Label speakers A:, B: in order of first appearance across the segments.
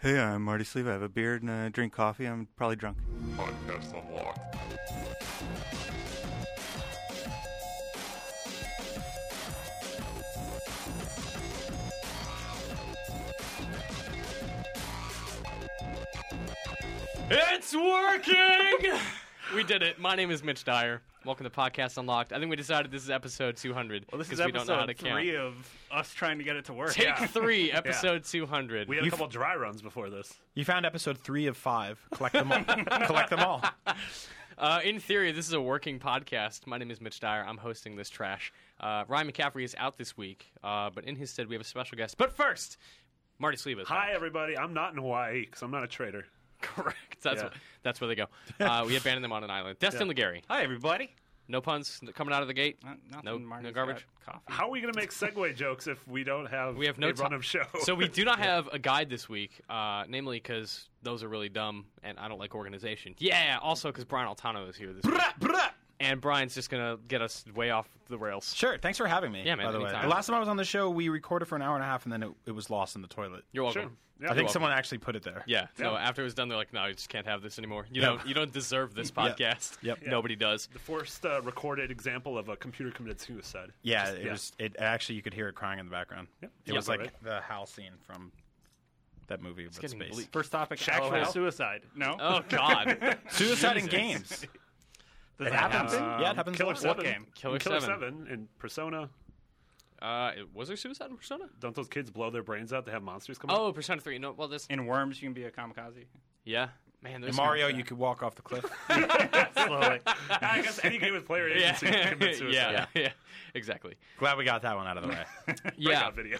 A: Hey, I'm Marty Sleeve. I have a beard and I drink coffee. I'm probably drunk.
B: Podcast Unlocked.
C: It's working! we did it. My name is Mitch Dyer. Welcome to Podcast Unlocked. I think we decided this is episode 200
D: Well, this is
C: we don't know how to
D: episode
C: count.
D: three of us trying to get it to work.
C: Take
D: Yeah.
C: three, episode 200.
D: We had a couple dry runs before this.
E: You found episode three of five. Collect them all. Collect them all.
C: Uh, in theory, this is a working podcast. My name is Mitch Dyer. I'm hosting this trash. Uh, Ryan McCaffrey is out this week, uh, but in his stead, we have a special guest. But first, Marty Sleeve is
D: Hi,
C: back.
D: everybody. I'm not in Hawaii because I'm not a traitor.
C: Correct. That's,
D: Yeah.
C: wh- that's where they go. Uh, we abandoned them on an island. Destin Legary.
F: Hi, everybody.
C: No puns coming out of the gate.
A: Not, Uh, nothing.
C: No- no
A: Marty's
C: garbage.
A: got Coffee.
D: How are we going to make segue jokes if we don't have
C: We have no
D: a run
C: ti-
D: of show?
C: so we do not have a guide this week, uh, namely because those are really dumb and I don't like organization. Yeah, also because Brian Altano is here this week, and Brian's just gonna get us way off the rails.
E: Sure. Thanks for having me.
C: Yeah, man,
E: By the way,
C: anytime.
E: the last time I was on the show, we recorded for an hour and a half, and then it, it was lost in the toilet.
C: You're welcome.
D: Sure. Yeah.
E: I think someone actually put it there.
C: Yeah. So
D: Yeah.
C: after it was done, they're like, "No, you just can't have this anymore. You
E: Yeah.
C: don't. You don't deserve this podcast.
E: Yep. Yeah.
C: Nobody does."
D: the first uh, recorded example of a computer committed suicide.
E: Yeah,
D: Just-
E: it was. It actually, you could hear it crying in the background.
D: Yep.
E: It
D: Yeah.
E: was like
D: Alright.
E: the Hal scene from that movie about
C: getting
E: space.
C: bleak.
A: First topic.
D: Actual
A: LOL.
D: suicide.
A: no.
C: Oh God.
E: Suicide in games.
D: Does
E: It happens. yeah, it happens. a
D: um, Killer
E: lot.
D: Seven.
A: game?
C: Killer
D: Killer
C: Seven.
D: Seven and Persona.
C: uh, it- was there suicide in Persona?
D: Don't those kids blow their brains out to have monsters come? out?
C: Oh, Persona Three. No. Well, this.
A: In Worms, you can be a kamikaze.
C: Yeah. Man,
E: In
C: there's
E: Mario, you could walk off the cliff.
D: slowly. I guess any game with player
C: Yeah.
D: agency can
C: yeah.
D: commit suicide.
C: Yeah. Exactly.
E: Glad we got that one out of the way.
C: Yeah.
D: Breakout video.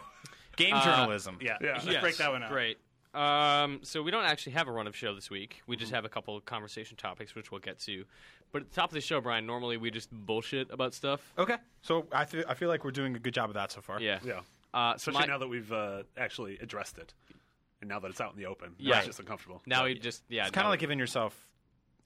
E: Game
C: Uh,
E: journalism.
A: Yeah.
D: Yeah.
A: Let's
D: Yes.
A: break that one up.
C: Great. Um, so we don't actually have a run of show this week. We just have a couple of conversation topics, which we'll get to. But at the top of the show, Brian, normally we just bullshit about stuff.
E: Okay. So I feel I feel like we're doing a good job of that so far.
C: Yeah.
D: Yeah.
C: Uh, so my-
D: Especially now that we've uh, actually addressed it, and now that it's out in the open, yeah,
C: Yeah.
D: it's just uncomfortable.
C: now we just yeah.
E: It's kind
C: now-
E: of like giving yourself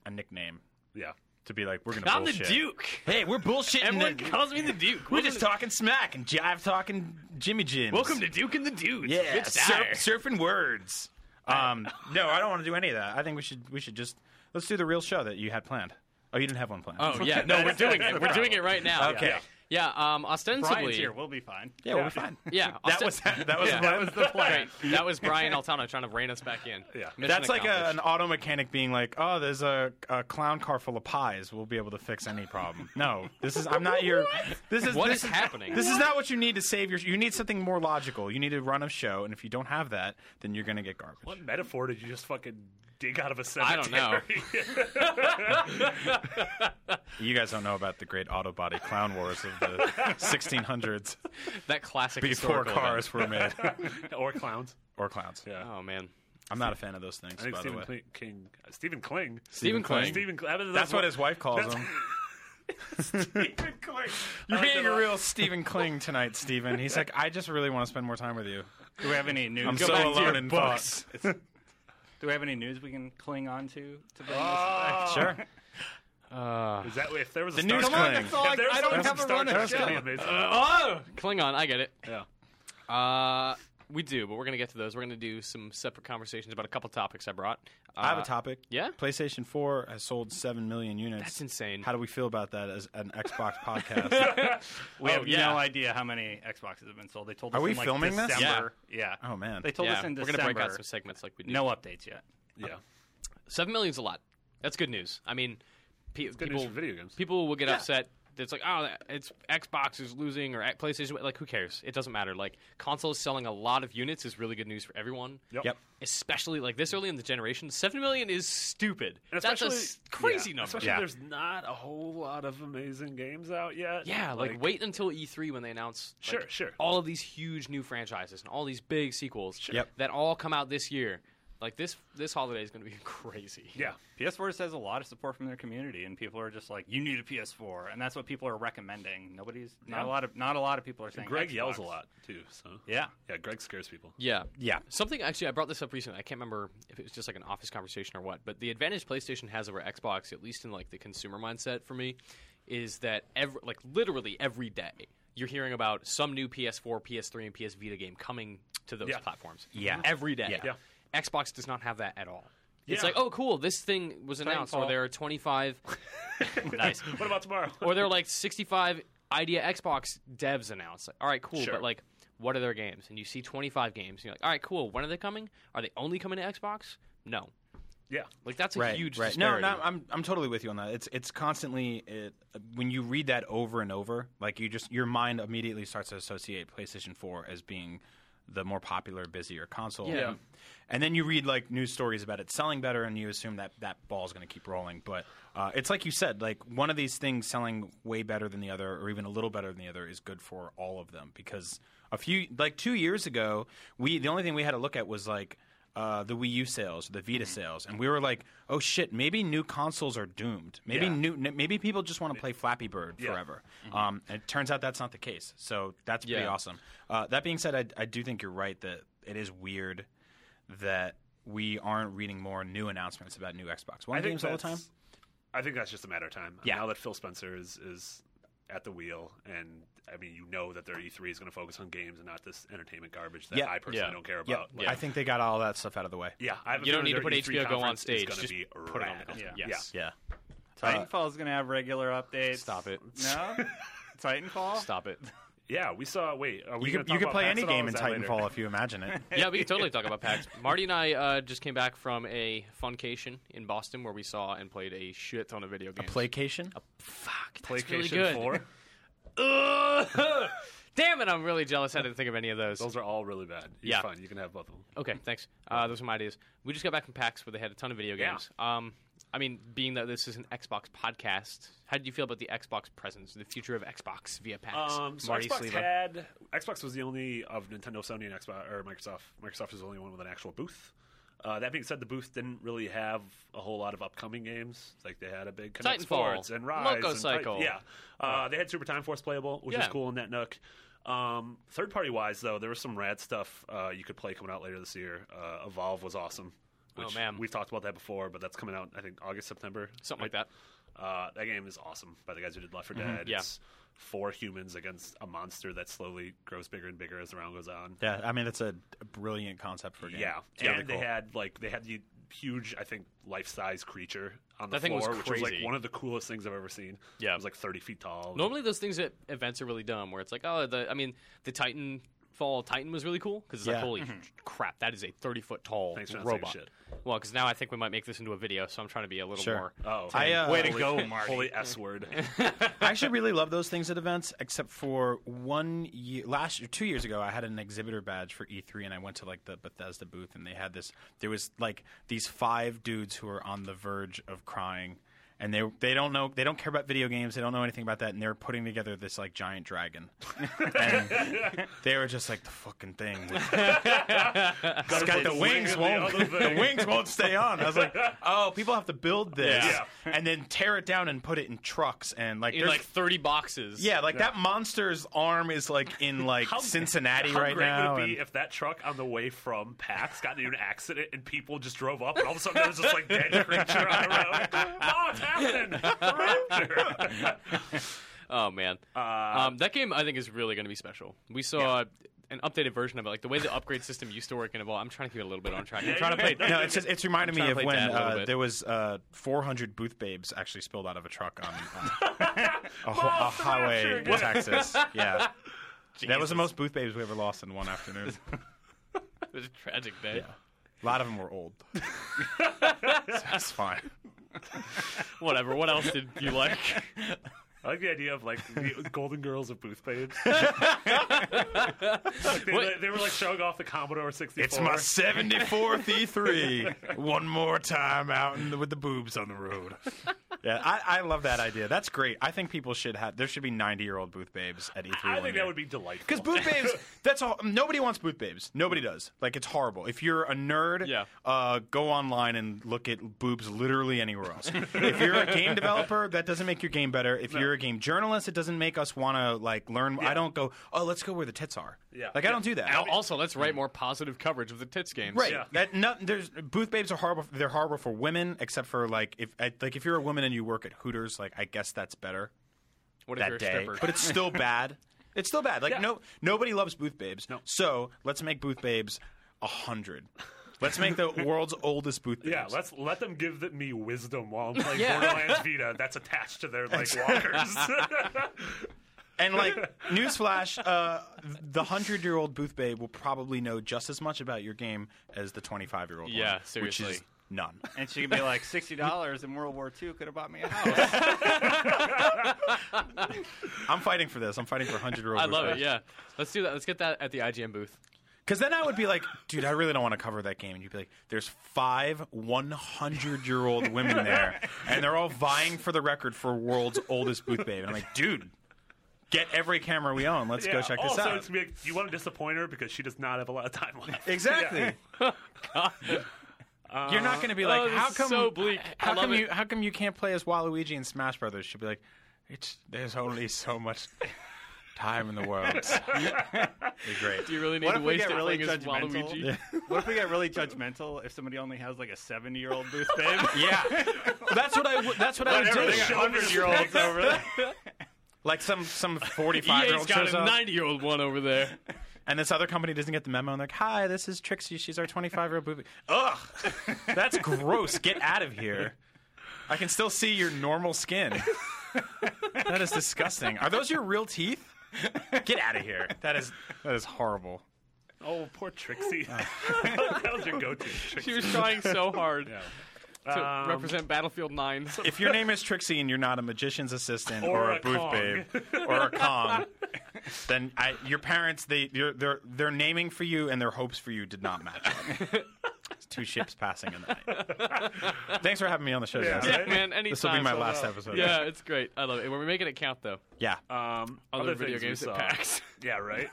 E: a nickname
D: Yeah,
E: to be like, we're gonna.
C: I'm
E: bullshit.
C: the Duke.
E: Hey, we're bullshitting.
C: Everyone
E: the-
C: calls me the Duke.
E: we're just talking smack and jive talking Jimmy Jim.
C: Welcome to Duke and the Dudes.
E: yeah,
C: Mitch
E: surf,
C: Dyer.
E: surfing words. Um, no, I don't want to do any of that. I think we should we should just let's do the real show that you had planned. Oh, you didn't have one planned.
C: Oh yeah, no, we're doing it. We're doing it right now.
E: Okay.
C: Yeah. Yeah, um,
A: Brian's
C: ostensibly.
A: here. We'll be fine.
E: yeah, we'll be fine.
C: Yeah,
E: that
C: osten-
E: was that was
C: Yeah.
E: that was the plan.
C: Great. That was Brian Altano trying to rein us back in.
D: Yeah.
C: Mission
E: That's like a,
C: accomplished.
E: an auto mechanic being like, "Oh, there's a, a clown car full of pies. We'll be able to fix any problem." No, this is I'm not your. This is
C: What
E: this
C: is happening?
E: This is not what you need to save your. You need something more logical. You need a run of show, and if you don't have that, then you're gonna get garbage.
D: what metaphor did you just fucking dig out of a
C: I don't
D: cemetery?
C: know.
E: You guys don't know about the great auto body clown wars of the 1600s
C: that classic
E: before
C: historical event.
E: cars were made
D: or clowns.
E: or clowns.
D: Yeah.
C: Oh man,
E: I'm not a fan of those things.
D: I think
E: By the
D: Stephen
E: way,
D: Cling, King, uh, Stephen Kling,
C: Stephen Kling.
D: Stephen. Cl- I mean,
E: That's what his wife calls
D: That's-
E: them.
D: Stephen Kling.
E: You're being a real Stephen Kling tonight, Stephen. He's like, I just really want to spend more time with you.
A: Do we have any news?
E: I'm
A: Go
E: so
A: back to
E: alone
A: your
E: in
A: book.
E: books.
A: Do we have any news we can cling on to? to bring
D: Oh.
E: Sure.
D: Ah. Is that if there was a
E: The news
D: Star
E: Come on,
D: Trek-
E: that's
D: if there was
E: I don't
D: some
E: have a
D: Star
E: run of
D: Trek,
E: show.
D: that'd be amazing.
C: Oh, Klingon. I get it.
D: Yeah.
C: Uh, we do, but we're gonna get to those. We're gonna do some separate conversations about a couple topics I brought. Uh,
E: I have a topic.
C: yeah?
E: PlayStation 4 has sold 7 million units.
C: That's insane.
E: How do we feel about that as an Xbox podcast?
A: We
C: Oh,
A: have
C: yeah.
A: no idea how many Xboxes have been sold. They told
E: Are
A: us
E: we
A: in like
E: filming this?
A: December. Yeah.
E: oh, man.
A: They told
C: yeah,
A: us in
C: we're
A: December.
C: gonna break out some segments like we do.
A: no updates yet.
D: Yeah.
C: seven million's a lot. That's good news. I mean, pe-
D: Good
C: people
D: news for video games.
C: people will get upset. It's like, oh, it's Xbox is losing or PlayStation. Like, who cares? It doesn't matter. Like, consoles selling a lot of units is really good news for everyone.
E: Yep.
C: Especially like this early in the generation, seven million is stupid.
D: And
C: That's a
D: especially-
C: s- crazy
D: yeah.
C: number.
D: Especially
E: Yeah.
D: there's not a whole lot of amazing games out yet.
C: Yeah, like, wait until E3 when they announce like,
D: Sure, sure.
C: all of these huge new franchises and all these big sequels
E: Yep.
C: that all come out this year. Like this this holiday is going to be crazy.
D: Yeah.
A: PS4 just has a lot of support from their community, and people are just like, "You need a PS4," and that's what people are recommending. Nobody's not a lot of not a lot of people are saying.
D: Greg
A: Xbox.
D: yells a lot too, so
A: Yeah,
D: yeah, Greg scares people.
C: Yeah.
E: yeah.
C: Something actually I brought this up recently. I can't remember if it was just like an office conversation or what, but the advantage PlayStation has over Xbox at least in like the consumer mindset for me is that every, like literally every day you're hearing about some new PS4, PS3 and PS Vita game coming to those
D: Yeah.
C: platforms.
E: Yeah.
C: Every day.
E: Yeah.
D: Yeah.
C: Xbox does not have that at all. It's
D: Yeah.
C: like, oh, cool, this thing was announced, or
A: Titanfall.
C: there are 25,
A: nice.
D: What about tomorrow?
C: or there are like 65 idea Xbox devs announced. Like, all right, cool,
D: Sure.
C: but like, what are their games? And you see 25 games, and you're like, all right, cool, when are they coming? Are they only coming to Xbox? No,
D: yeah.
C: like that's a
E: right,
C: huge
E: right. No,
C: disparity.
E: no, I'm I'm totally with you on that. It's it's constantly it, when you read that over and over, like you just your mind immediately starts to associate PlayStation 4 as being the more popular, busier console.
C: Yeah.
E: And then you read like news stories about it selling better, and you assume that that ball's going to keep rolling. But uh, it's like you said, like one of these things selling way better than the other, or even a little better than the other, is good for all of them because a few like two years ago, we the only thing we had to look at was like uh, the Wii U sales, the Vita sales, and we were like, "Oh shit, maybe new consoles are doomed. Maybe
D: Yeah.
E: new, n- maybe people just want to play Flappy Bird forever." Um, and it turns out that's not the case. So that's pretty
C: Yeah.
E: awesome. Uh, that being said, I, I do think you're right that it is weird that we aren't reading more new announcements about new Xbox One
D: I think
E: games all the time.
D: that's- I think that's just a matter of time.
E: Yeah.
D: Now that Phil Spencer is is at the wheel, and I mean, you know that their E3 is going to focus on games and not this entertainment garbage that
E: Yeah.
D: I personally
C: Yeah.
D: don't care about.
E: Yep.
D: Like,
E: I think they got all that stuff out of the way.
D: yeah, I have a
C: You don't
D: feeling
C: need to
D: their
C: put
D: E3
C: HBO Go on
D: conference is
C: stage,
D: gonna
C: just
D: be
C: put it on the
D: rad.
C: console.
D: Yeah.
C: Yes.
E: Yeah.
A: Titanfall is going to have regular updates.
C: Stop it.
A: No, Titanfall.
C: Stop it.
D: Yeah, we saw. Wait, are we
E: You
D: gonna
E: could,
D: talk
E: you could
D: about
E: play
D: PAX
E: any
D: at all?
E: game
D: Is
E: in
D: that later?
E: Titanfall if you imagine it.
C: yeah, we can totally talk about PAX. Marty and I uh, just came back from a funcation in Boston where we saw and played a shit ton of video games.
E: Playcation.
C: Fuck, that's
D: PlayStation
C: really good.
D: 4.
C: Ugh. Damn it, I'm really jealous. I didn't think of any of those.
D: Those are all really bad. It's
C: Yeah.
D: fine. You can have both of them.
C: Okay, thanks. Uh, those are my ideas. We just got back from PAX where they had a ton of video
D: Yeah.
C: games. Um, I mean, being that this is an Xbox podcast, how did you feel about the Xbox presence, the future of Xbox via PAX?
D: Um, so
E: Marty
D: Xbox
E: Sleva.
D: had Xbox was the only of Nintendo, Sony, and Xbox or Microsoft. Microsoft was the only one with an actual booth. Uh, that being said, the booth didn't really have a whole lot of upcoming games. Like they had a big Kinect
C: Titanfall,
D: Sports and Rise,
C: Loco
D: and-
C: Cycle.
D: yeah, uh, they had Super Time Force playable, which was
C: Yeah.
D: cool in that nook. Um, third party wise, though, there was some rad stuff uh, you could play coming out later this year. Uh, Evolve was awesome.
C: Oh,
D: Which
C: man.
D: we've talked about that before, but that's coming out I think August September
C: Something like
D: right?
C: that.
D: Uh, that game is awesome by the guys who did Left 4 Dead.
E: Mm-hmm.
C: Yeah.
D: It's four humans against a monster that slowly grows bigger and bigger as the round goes on.
E: Yeah, I mean that's a a brilliant concept for a game.
D: Yeah,
E: It's really
D: and
E: cool.
D: they had like they had the huge, I think, life size creature on the
C: That thing
D: floor,
C: was
D: which was like
C: crazy.
D: one of the coolest things I've ever seen.
C: Yeah.
D: it was like thirty feet tall.
C: Normally, those things at events are really dumb. Where it's like, oh, the I mean, the Titan Fall Titan was really cool because it's
E: Yeah.
C: like, holy crap, that is a thirty foot tall
D: Mm-hmm. Thanks for not saying
C: robot.
D: shit.
C: Well, because now I think we might make this into a video, so I'm trying to be a little
E: Sure.
C: more.
D: oh,
E: I, uh, Way to
D: holy-
A: go, Marty.
D: Holy S word.
E: I actually really love those things at events, except for one year, last year, two years ago, I had an exhibitor badge for E3, and I went to like the Bethesda booth, and they had this. There was like these five dudes who were on the verge of crying, and they they don't know they don't care about video games, they don't know anything about that, and they were putting together this like giant dragon, and they were just like the fucking thing. It's got the wings
D: the
E: won't
D: other
E: the wings won't stay on. I was like, oh, people have to build this
D: Yeah.
E: and then tear it down and put it in trucks and like
C: In
E: there's-
C: like thirty boxes.
E: yeah, like that monster's arm is like in like Cincinnati
D: How
E: right
D: great
E: now.
D: would it be
E: and-
D: if that truck on the way from PAX got into an accident and people just drove up and all of a sudden there was this like dead creature on the road? Oh, it's happening! Rapture!
C: Oh man, um, that game I think is really going to be special. We saw an updated version of it, like the way the upgrade system used to work in Evolve. I'm trying to keep it a little bit on track. I'm trying to play.
E: no, it's just, it's reminding
C: I'm
E: me
C: trying to
E: of
C: play
E: when
C: dad a little
E: uh,
C: bit.
E: there was uh, 400 booth babes actually spilled out of a truck on uh, a, ho- a highway in Texas. Yeah, that was the most booth babes we ever lost in one afternoon.
C: It was a tragic day.
E: a lot of them were old. so that's fine.
C: Whatever. What else did you like?
D: I like the idea of like the Golden Girls of booth babes. Like, they,
C: What?
D: they were like showing off the Commodore 64.
E: It's my 74th E3. One more time out in the, with the boobs on the road. Yeah, I, I love that idea. That's great. I think people should have. There should be 90 year old booth babes at E E3.
D: I think that would be delightful.
E: Because booth babes, that's all. Nobody wants booth babes. Nobody
D: Mm.
E: does. Like it's horrible. If you're a nerd,
C: Yeah.
E: uh, go online and look at boobs literally anywhere else. if you're a game developer, that doesn't make your game better. If you're a game journalist, it doesn't make us want to like learn. I don't go. Oh, let's go where the tits are.
D: Yeah.
E: Like I don't do that.
C: Al- Also, let's write more positive coverage of the tits games.
E: Right.
D: Yeah.
E: That- no- there's booth babes are horrible. They're horrible for women, except for like if at- like if you're a woman and you work at Hooters, like I guess that's better
C: What if
E: that
C: you're a
E: day.
C: stripper?
E: But it's still bad. It's still bad. Like
D: Yeah.
E: no nobody loves booth babes. No. So let's make booth babes a hundred. Let's make the world's oldest booth.
D: Yeah,
E: banners.
D: let's let them give th- me wisdom while I'm playing
C: Yeah.
D: Borderlands Vita. That's attached to their like walkers.
E: And like, newsflash: uh, the hundred-year-old booth babe will probably know just as much about your game as the twenty-five-year-old.
C: Yeah,
E: one,
C: seriously.
E: which is none.
A: And she could be like, sixty dollars in World War II could have bought me a house.
E: I'm fighting for this. I'm fighting for hundred-year-old.
C: I love it. Yeah, let's do that. Let's get that at the IGN booth.
E: Because then I would be like, dude, I really don't want to cover that game. And you'd be like, there's five 100 year old women there, and they're all vying for the record for world's oldest booth babe. And I'm like, dude, get every camera we own. Let's go
D: Yeah,
E: check this
D: also,
E: out.
D: it's gonna be like, you want to disappoint her because she does not have a lot of time left.
E: Exactly. You're not going to be like,
C: Oh, this
E: how
C: is
E: come?
C: so bleak. I
E: How
C: love
E: come
C: it."
E: you? How come you can't play as Waluigi in Smash Brothers? She'll be like, it's there's only so much time in the world. Be great.
C: Do you really need
A: What
C: to
A: if we
C: waste it
A: get really
C: playing as
A: judgmental?
C: Waluigi?
A: what if we get really judgmental if somebody only has like a seventy-year-old booth babe?
E: Yeah, that's what I. w- That's what I would do.
A: Everything
D: Show
A: hundred-year-olds over there.
E: Like some some forty five year
C: EA's
E: old
C: got
E: shows
C: a
E: up,
C: 90 year old one over there.
E: and this other company doesn't get the memo, and they're like, "Hi, this is Trixie. She's our twenty five year old booby." Ugh, that's gross. Get out of here. I can still see your normal skin. that is disgusting. Are those your real teeth? Get out of here. That is that is horrible.
D: Oh, poor Trixie.
A: Ah.
D: that was your go-to. Trixie.
C: She was trying so hard
D: Yeah.
C: to
D: Um,
C: represent Battlefield 9.
E: If your name is Trixie and you're not a magician's assistant
D: Or
E: or,
D: a
E: a booth
D: Kong.
E: babe or a Kong, then I, your parents they your their their naming for you and their hopes for you did not match. Up. It's two ships passing in the night. Thanks for having me on the show,
D: Yeah,
E: guys.
C: yeah, man, anytime.
E: This will be my last episode.
C: Yeah, it's great. I love it. And we're making it count, though.
E: yeah.
D: Um,
C: Other,
D: other
C: video
D: things
C: games
D: we
C: at
D: saw.
C: PAX.
D: Yeah, right.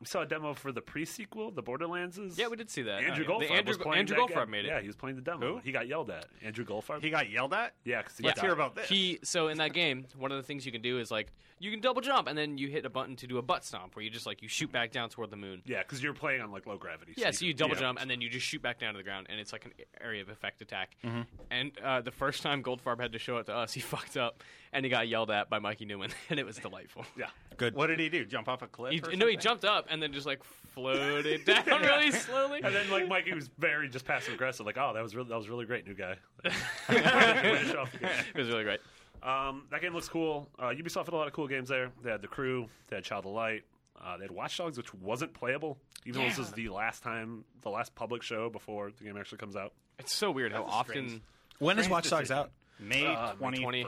D: We saw a demo for the pre-sequel, the Borderlandses.
C: yeah, we did see that.
D: Andrew
C: Oh, yeah.
D: Goldfarb
C: The Andrew,
D: was playing
C: Andrew
D: that
C: Goldfarb
D: game.
C: made it.
D: Yeah, he was playing the demo.
A: Who?
D: He got yelled at. Andrew Goldfarb.
A: He got yelled at.
D: yeah, because he
A: Let's
D: died.
A: hear about this.
C: He so in that game, one of the things you can do is like you can double jump, and then you hit a button to do a butt stomp, where you just like you shoot back down toward the moon.
D: Yeah, because you're playing on like low gravity.
C: Yeah, so you double
D: yeah.
C: jump and then you just shoot back down to the ground, and it's like an area of effect attack.
D: Mm-hmm.
C: And uh, the first time Goldfarb had to show it to us, he fucked up and he got yelled at by Mikey Newman, and it was delightful.
D: Yeah.
E: Good.
A: What did he do? Jump off a cliff?
C: He,
A: or
C: no, he
A: something?
C: jumped up and then just like floated down really slowly.
D: And then like Mikey was very just passive aggressive, like, oh, that was really that was really great, new guy. Way to show off the game.
C: It was really great.
D: um, that game looks cool. Uh, Ubisoft had a lot of cool games there. They had The Crew, they had Child of Light, uh, they had Watch Dogs, which wasn't playable, even though this is the last time, the last public show before the game actually comes out.
C: It's so weird how often
A: strange
E: when is
A: Strange
E: Watch Dogs
A: decision.
E: out?
A: May
D: Uh, May
A: 20.
C: 20,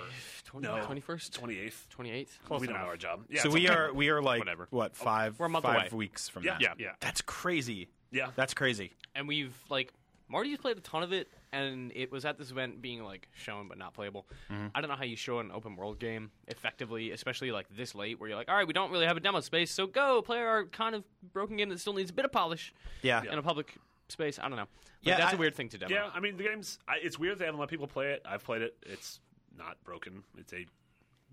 D: 21st.
C: 21st,
D: Twenty eighth.
C: 28th.
D: we don't
A: enough.
D: know our job. Yeah,
E: so
D: it's
E: we
D: okay.
E: are we are like
C: Whatever.
E: what five
C: We're a month
E: five
C: away.
E: weeks from
D: Yeah,
E: that.
D: yeah, yeah.
E: That's crazy.
D: Yeah.
E: That's crazy.
C: and we've like Marty's played a ton of it, and it was at this event being like shown but not playable.
E: Mm-hmm.
C: I don't know how you show an open world game effectively, especially like this late, where you're like, all right, we don't really have a demo space, so go play our kind of broken game that still needs a bit of polish
E: Yeah.
C: in a public space. I don't know. But
E: Yeah,
C: that's a
E: I-
C: weird thing to demo.
D: Yeah, I mean the game's. I, it's weird they haven't let people play it. I've played it. It's not broken. It's a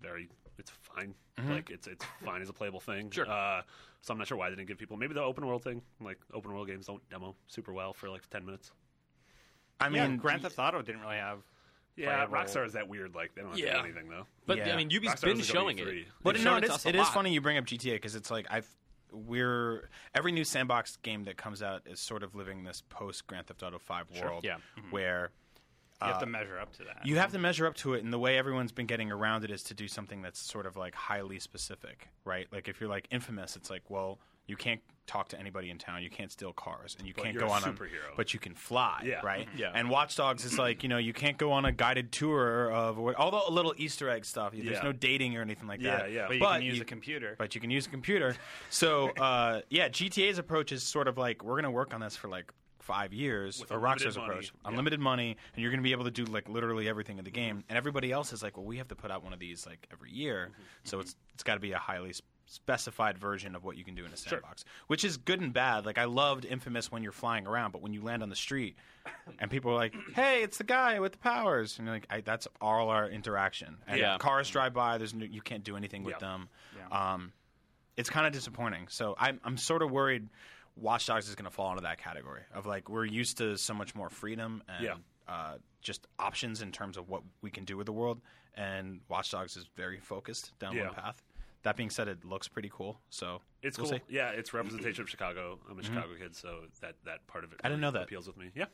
D: very. It's fine.
E: Mm-hmm.
D: Like it's it's fine as a playable thing.
C: Sure.
D: Uh, so I'm not sure why they didn't give people. Maybe the open world thing. Like open world games don't demo super well for like ten minutes.
E: I
A: Yeah,
E: mean,
A: Grand Theft Auto didn't really have.
D: Yeah,
A: Playable.
D: Rockstar is that weird. Like they don't have to
C: Yeah.
D: do anything though.
C: But
E: Yeah.
C: I mean, Ubi's
D: Rockstar's
C: been
D: like
C: showing
D: E3.
C: it.
E: But
C: They've
E: no,
C: shown to
E: it is,
C: us a
E: it is
C: lot.
E: funny you bring up GTA because it's like I've we're every new sandbox game that comes out is sort of living this post Grand Theft Auto Five world,
C: yeah.
D: Mm-hmm.
E: where
A: You have to measure up to that.
E: you have to measure up to it, and the way everyone's been getting around it is to do something that's sort of like highly specific, right? Like if you're like infamous, it's like well. You can't talk to anybody in town. You can't steal cars, and you can't
D: you're
E: go
D: a
E: on. a-
D: superhero.
E: but you can fly,
D: Yeah. mm-hmm.
E: right?
D: Yeah.
E: And Watch Dogs is like you know you can't go on a guided tour of what, all the little Easter egg stuff. There's
D: Yeah.
E: no dating or anything like
D: Yeah,
E: that.
D: yeah.
A: but you
E: but
A: can use
E: you-
A: a computer.
E: but you can use a computer. So uh, yeah, GTA's approach is sort of like we're going to work on this for like five years, or
D: unlimited
E: Rockstar's
D: money.
E: approach,
D: Yeah.
E: unlimited money, and you're going to be able to do like literally everything in the game. And everybody else is like, well, we have to put out one of these like every year, so it's it's got to be a highly s- specified version of what you can do in a sandbox, which is good and bad. Like I loved Infamous when you're flying around, but when you land on the street and people are like, "Hey, it's the guy with the powers," and you're like, I, "That's all our interaction." And
C: Yeah.
E: cars drive by. There's no, you can't do anything with
D: Yeah.
E: them. Um, it's kind of disappointing. So I'm I'm sort of worried Watch Dogs is going to fall into that category of like we're used to so much more freedom and
D: Yeah.
E: uh, just options in terms of what we can do with the world, and Watch Dogs is very focused down
D: Yeah.
E: one path. That being said, it looks pretty cool. So
D: It's
E: we'll
D: cool.
E: see. Mm-hmm.
D: Yeah, it's representation of Chicago. I'm a Chicago kid, so that, that part of it
E: I
D: really
E: didn't know that. Mm.
D: appeals with me. Yeah.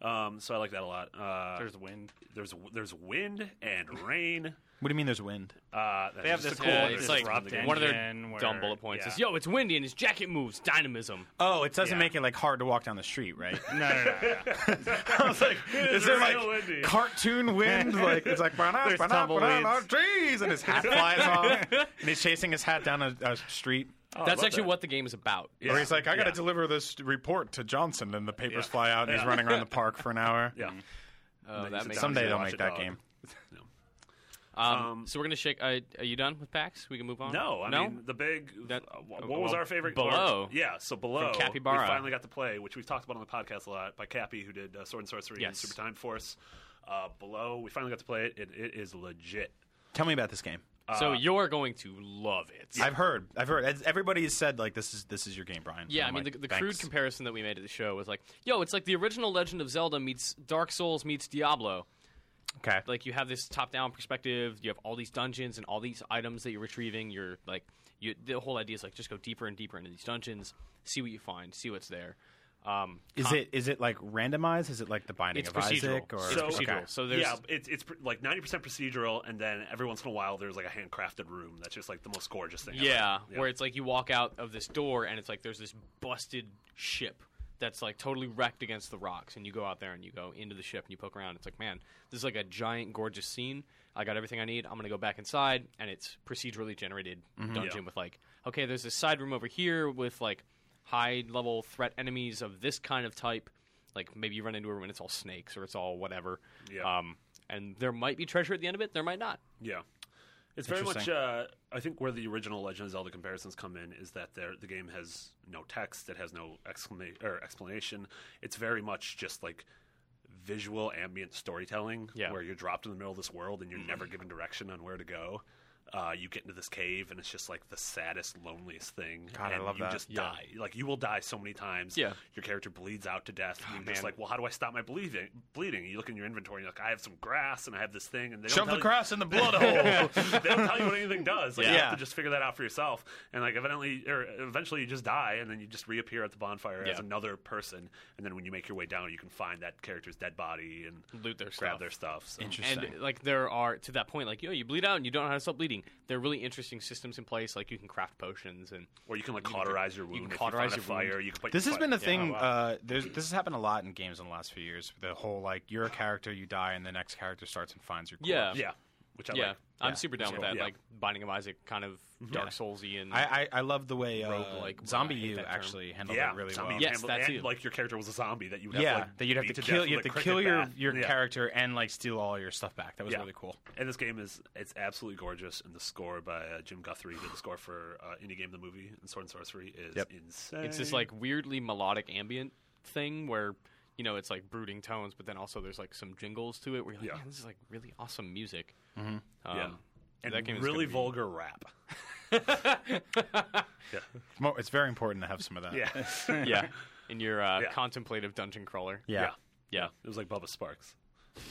D: Um, so I like that a lot. Uh,
A: There's wind.
D: there's there's wind and rain.
E: What do you mean? There's wind?
D: Uh,
A: They have
D: that's just
A: this
D: a
A: whole
C: Yeah,
A: Cool,
C: it's
A: it's
C: like
A: dropped in
C: one of their
A: again where-
C: dumb bullet points
A: yeah.
C: is, "Yo, it's windy and his jacket moves. Dynamism."
E: Oh, it doesn't
A: Yeah.
E: make it like hard to walk down the street, right?
A: No, no, no, no.
E: I was like,
D: is
E: is there like
D: real windy.
E: cartoon wind? Like it's like banana,
A: There's
E: banana, banana,
A: tumbleweeds.
E: trees, and his hat flies off, and he's chasing his hat down a, a street.
C: That's
D: Oh, love
C: actually
D: that.
C: what the game is about.
D: Yeah.
E: Where he's like, I got to
D: Yeah.
E: deliver this report to Johnson, and the papers
D: Yeah.
E: fly out, and he's
D: Yeah.
E: running around the park for an hour.
D: Yeah.
C: Oh, that makes
D: sit down
E: Someday
D: and
E: they'll
D: watch
E: make
D: a
E: that
D: dog.
E: game.
D: No.
C: Um,
D: Um,
C: so we're gonna shake. Uh, are you done with PAX? We can move on.
D: No, I
C: no.
D: mean the big.
C: That-
D: uh, what was
C: well,
D: our favorite?
C: Below.
D: or- yeah, so below.
C: From Capybara.
D: We finally got to play, which we've talked about on the podcast a lot by Cappy, who did uh, Sword and Sorcery and
C: Yes.
D: Super Time Force. Uh, below, we finally got to play it. It, it is legit.
E: Tell me about this game.
D: uh,
C: so you're going to love it.
E: I've heard. I've heard. As- Everybody has said like this is this is your game, Brian.
C: Yeah, I
E: And
C: mean,
E: I'm like,
C: the, the
E: "Thanks."
C: crude comparison that we made at the show was like, yo, it's like the original Legend of Zelda meets Dark Souls meets Diablo.
E: Okay.
C: Like, you have this top down perspective, you have all these dungeons and all these items that you're retrieving. You're like, you, the whole idea is like, just go deeper and deeper into these dungeons, see what you find, see what's there. Um,
E: Is it is it like randomized? Is it like the Binding
C: It's
E: of
C: procedural.
E: Isaac? Or
C: It's
D: So-
C: procedural.
E: Okay.
C: So there's
D: yeah, it's it's pr- like ninety percent procedural, and then every once in a while there's like a handcrafted room that's just like the most gorgeous thing. ever.
C: Yeah,
D: Yeah.
C: where it's like you walk out of this door and it's like there's this busted ship that's like totally wrecked against the rocks, and you go out there and you go into the ship and you poke around. It's like, man, this is like a giant, gorgeous scene. I got everything I need. I'm gonna go back inside, and it's procedurally generated dungeon
D: Yeah.
C: with like, okay, there's this side room over here with like high level threat enemies of this kind of type. Like maybe you run into a room and it's all snakes or it's all whatever.
D: Yeah.
C: Um, and there might be treasure at the end of it. There might not.
D: Yeah. It's very much.
E: Interesting.
D: Uh, I think where the original Legend of Zelda comparisons come in is that there, the game has no text, it has no exclama- or explanation. It's very much just like visual ambient storytelling,
C: Yeah.
D: where you're dropped in the middle of this world and you're never
E: Mm.
D: given direction on where to go. Uh, you get into this cave and it's just like the saddest, loneliest thing.
E: God, I
D: and
E: love
D: you
E: that.
D: just
C: Yeah.
D: die. Like you will die so many times.
C: Yeah.
D: Your character bleeds out to death.
E: Ah,
D: and you're just
C: man.
D: like, well, how do I stop my bleeding? Bleeding. You look in your inventory. and You're like, I have some grass and I have this thing. And they don't
E: Shove
D: tell
E: the
D: you-
E: grass in the blood hole.
D: they don't tell you what anything does. Like you
E: Yeah.
D: have to just figure that out for yourself. And like evidently or eventually you just die and then you just reappear at the bonfire
C: Yeah.
D: as another person and then when you make your way down you can find that character's dead body and
C: Loot their
D: grab
C: stuff.
D: their stuff. So.
E: Interesting.
C: and like there are to that point like yo you bleed out and you don't know how to stop bleeding there are really interesting systems in place like you can craft potions and
D: Or you can like cauterize your wound.
C: can
D: if you
C: cauterize
D: find a
C: your wound.
D: fire. You can put
E: This
D: your
E: has
D: fire-
E: been a thing.
C: wow.
E: uh, there's, this has happened a lot in games in the last few years. The whole like you're a character, you die, and the next character starts and finds your. Corpse.
C: Yeah.
D: Yeah. Which I
C: yeah
D: like.
C: i'm super down with that
D: Yeah. Mhm.
C: like binding of isaac kind of dark soulsy and
E: I, I, I love the way uh,
C: Roguelike.
E: Zombie
C: I hate
E: U
C: that term.
E: actually handled
D: Yeah,
E: it really
D: zombie
E: well.
C: Yes,
D: handle-
C: that's
D: and,
C: it.
D: like your character was a zombie that you would have
E: Yeah,
D: to, like,
E: that you'd have
D: beat
E: to
D: death
E: kill.
D: with a
E: You have to
D: cricket
E: kill your
D: bat.
E: your
D: Yeah.
E: character and like steal all your stuff back. That was
D: Yeah.
E: really cool.
D: And this game is it's absolutely gorgeous, and the score by uh, Jim Guthrie who did the score for uh, Indie Game the Movie and Sword and Sorcery is
E: Yep.
D: insane.
C: it's this like weirdly melodic ambient thing where you know it's like brooding tones but then also there's like some jingles to it where you're like
D: Yeah. Mm-hmm.
C: man this is like really awesome music um,
D: yeah, and
C: that game is
D: really
C: gonna be-
D: vulgar rap. yeah,
E: It's mo- It's very important to have some of that.
D: yeah, yeah.
C: yeah in your uh,
D: Yeah.
C: contemplative dungeon crawler
E: yeah.
C: yeah
D: It was like Bubba Sparks.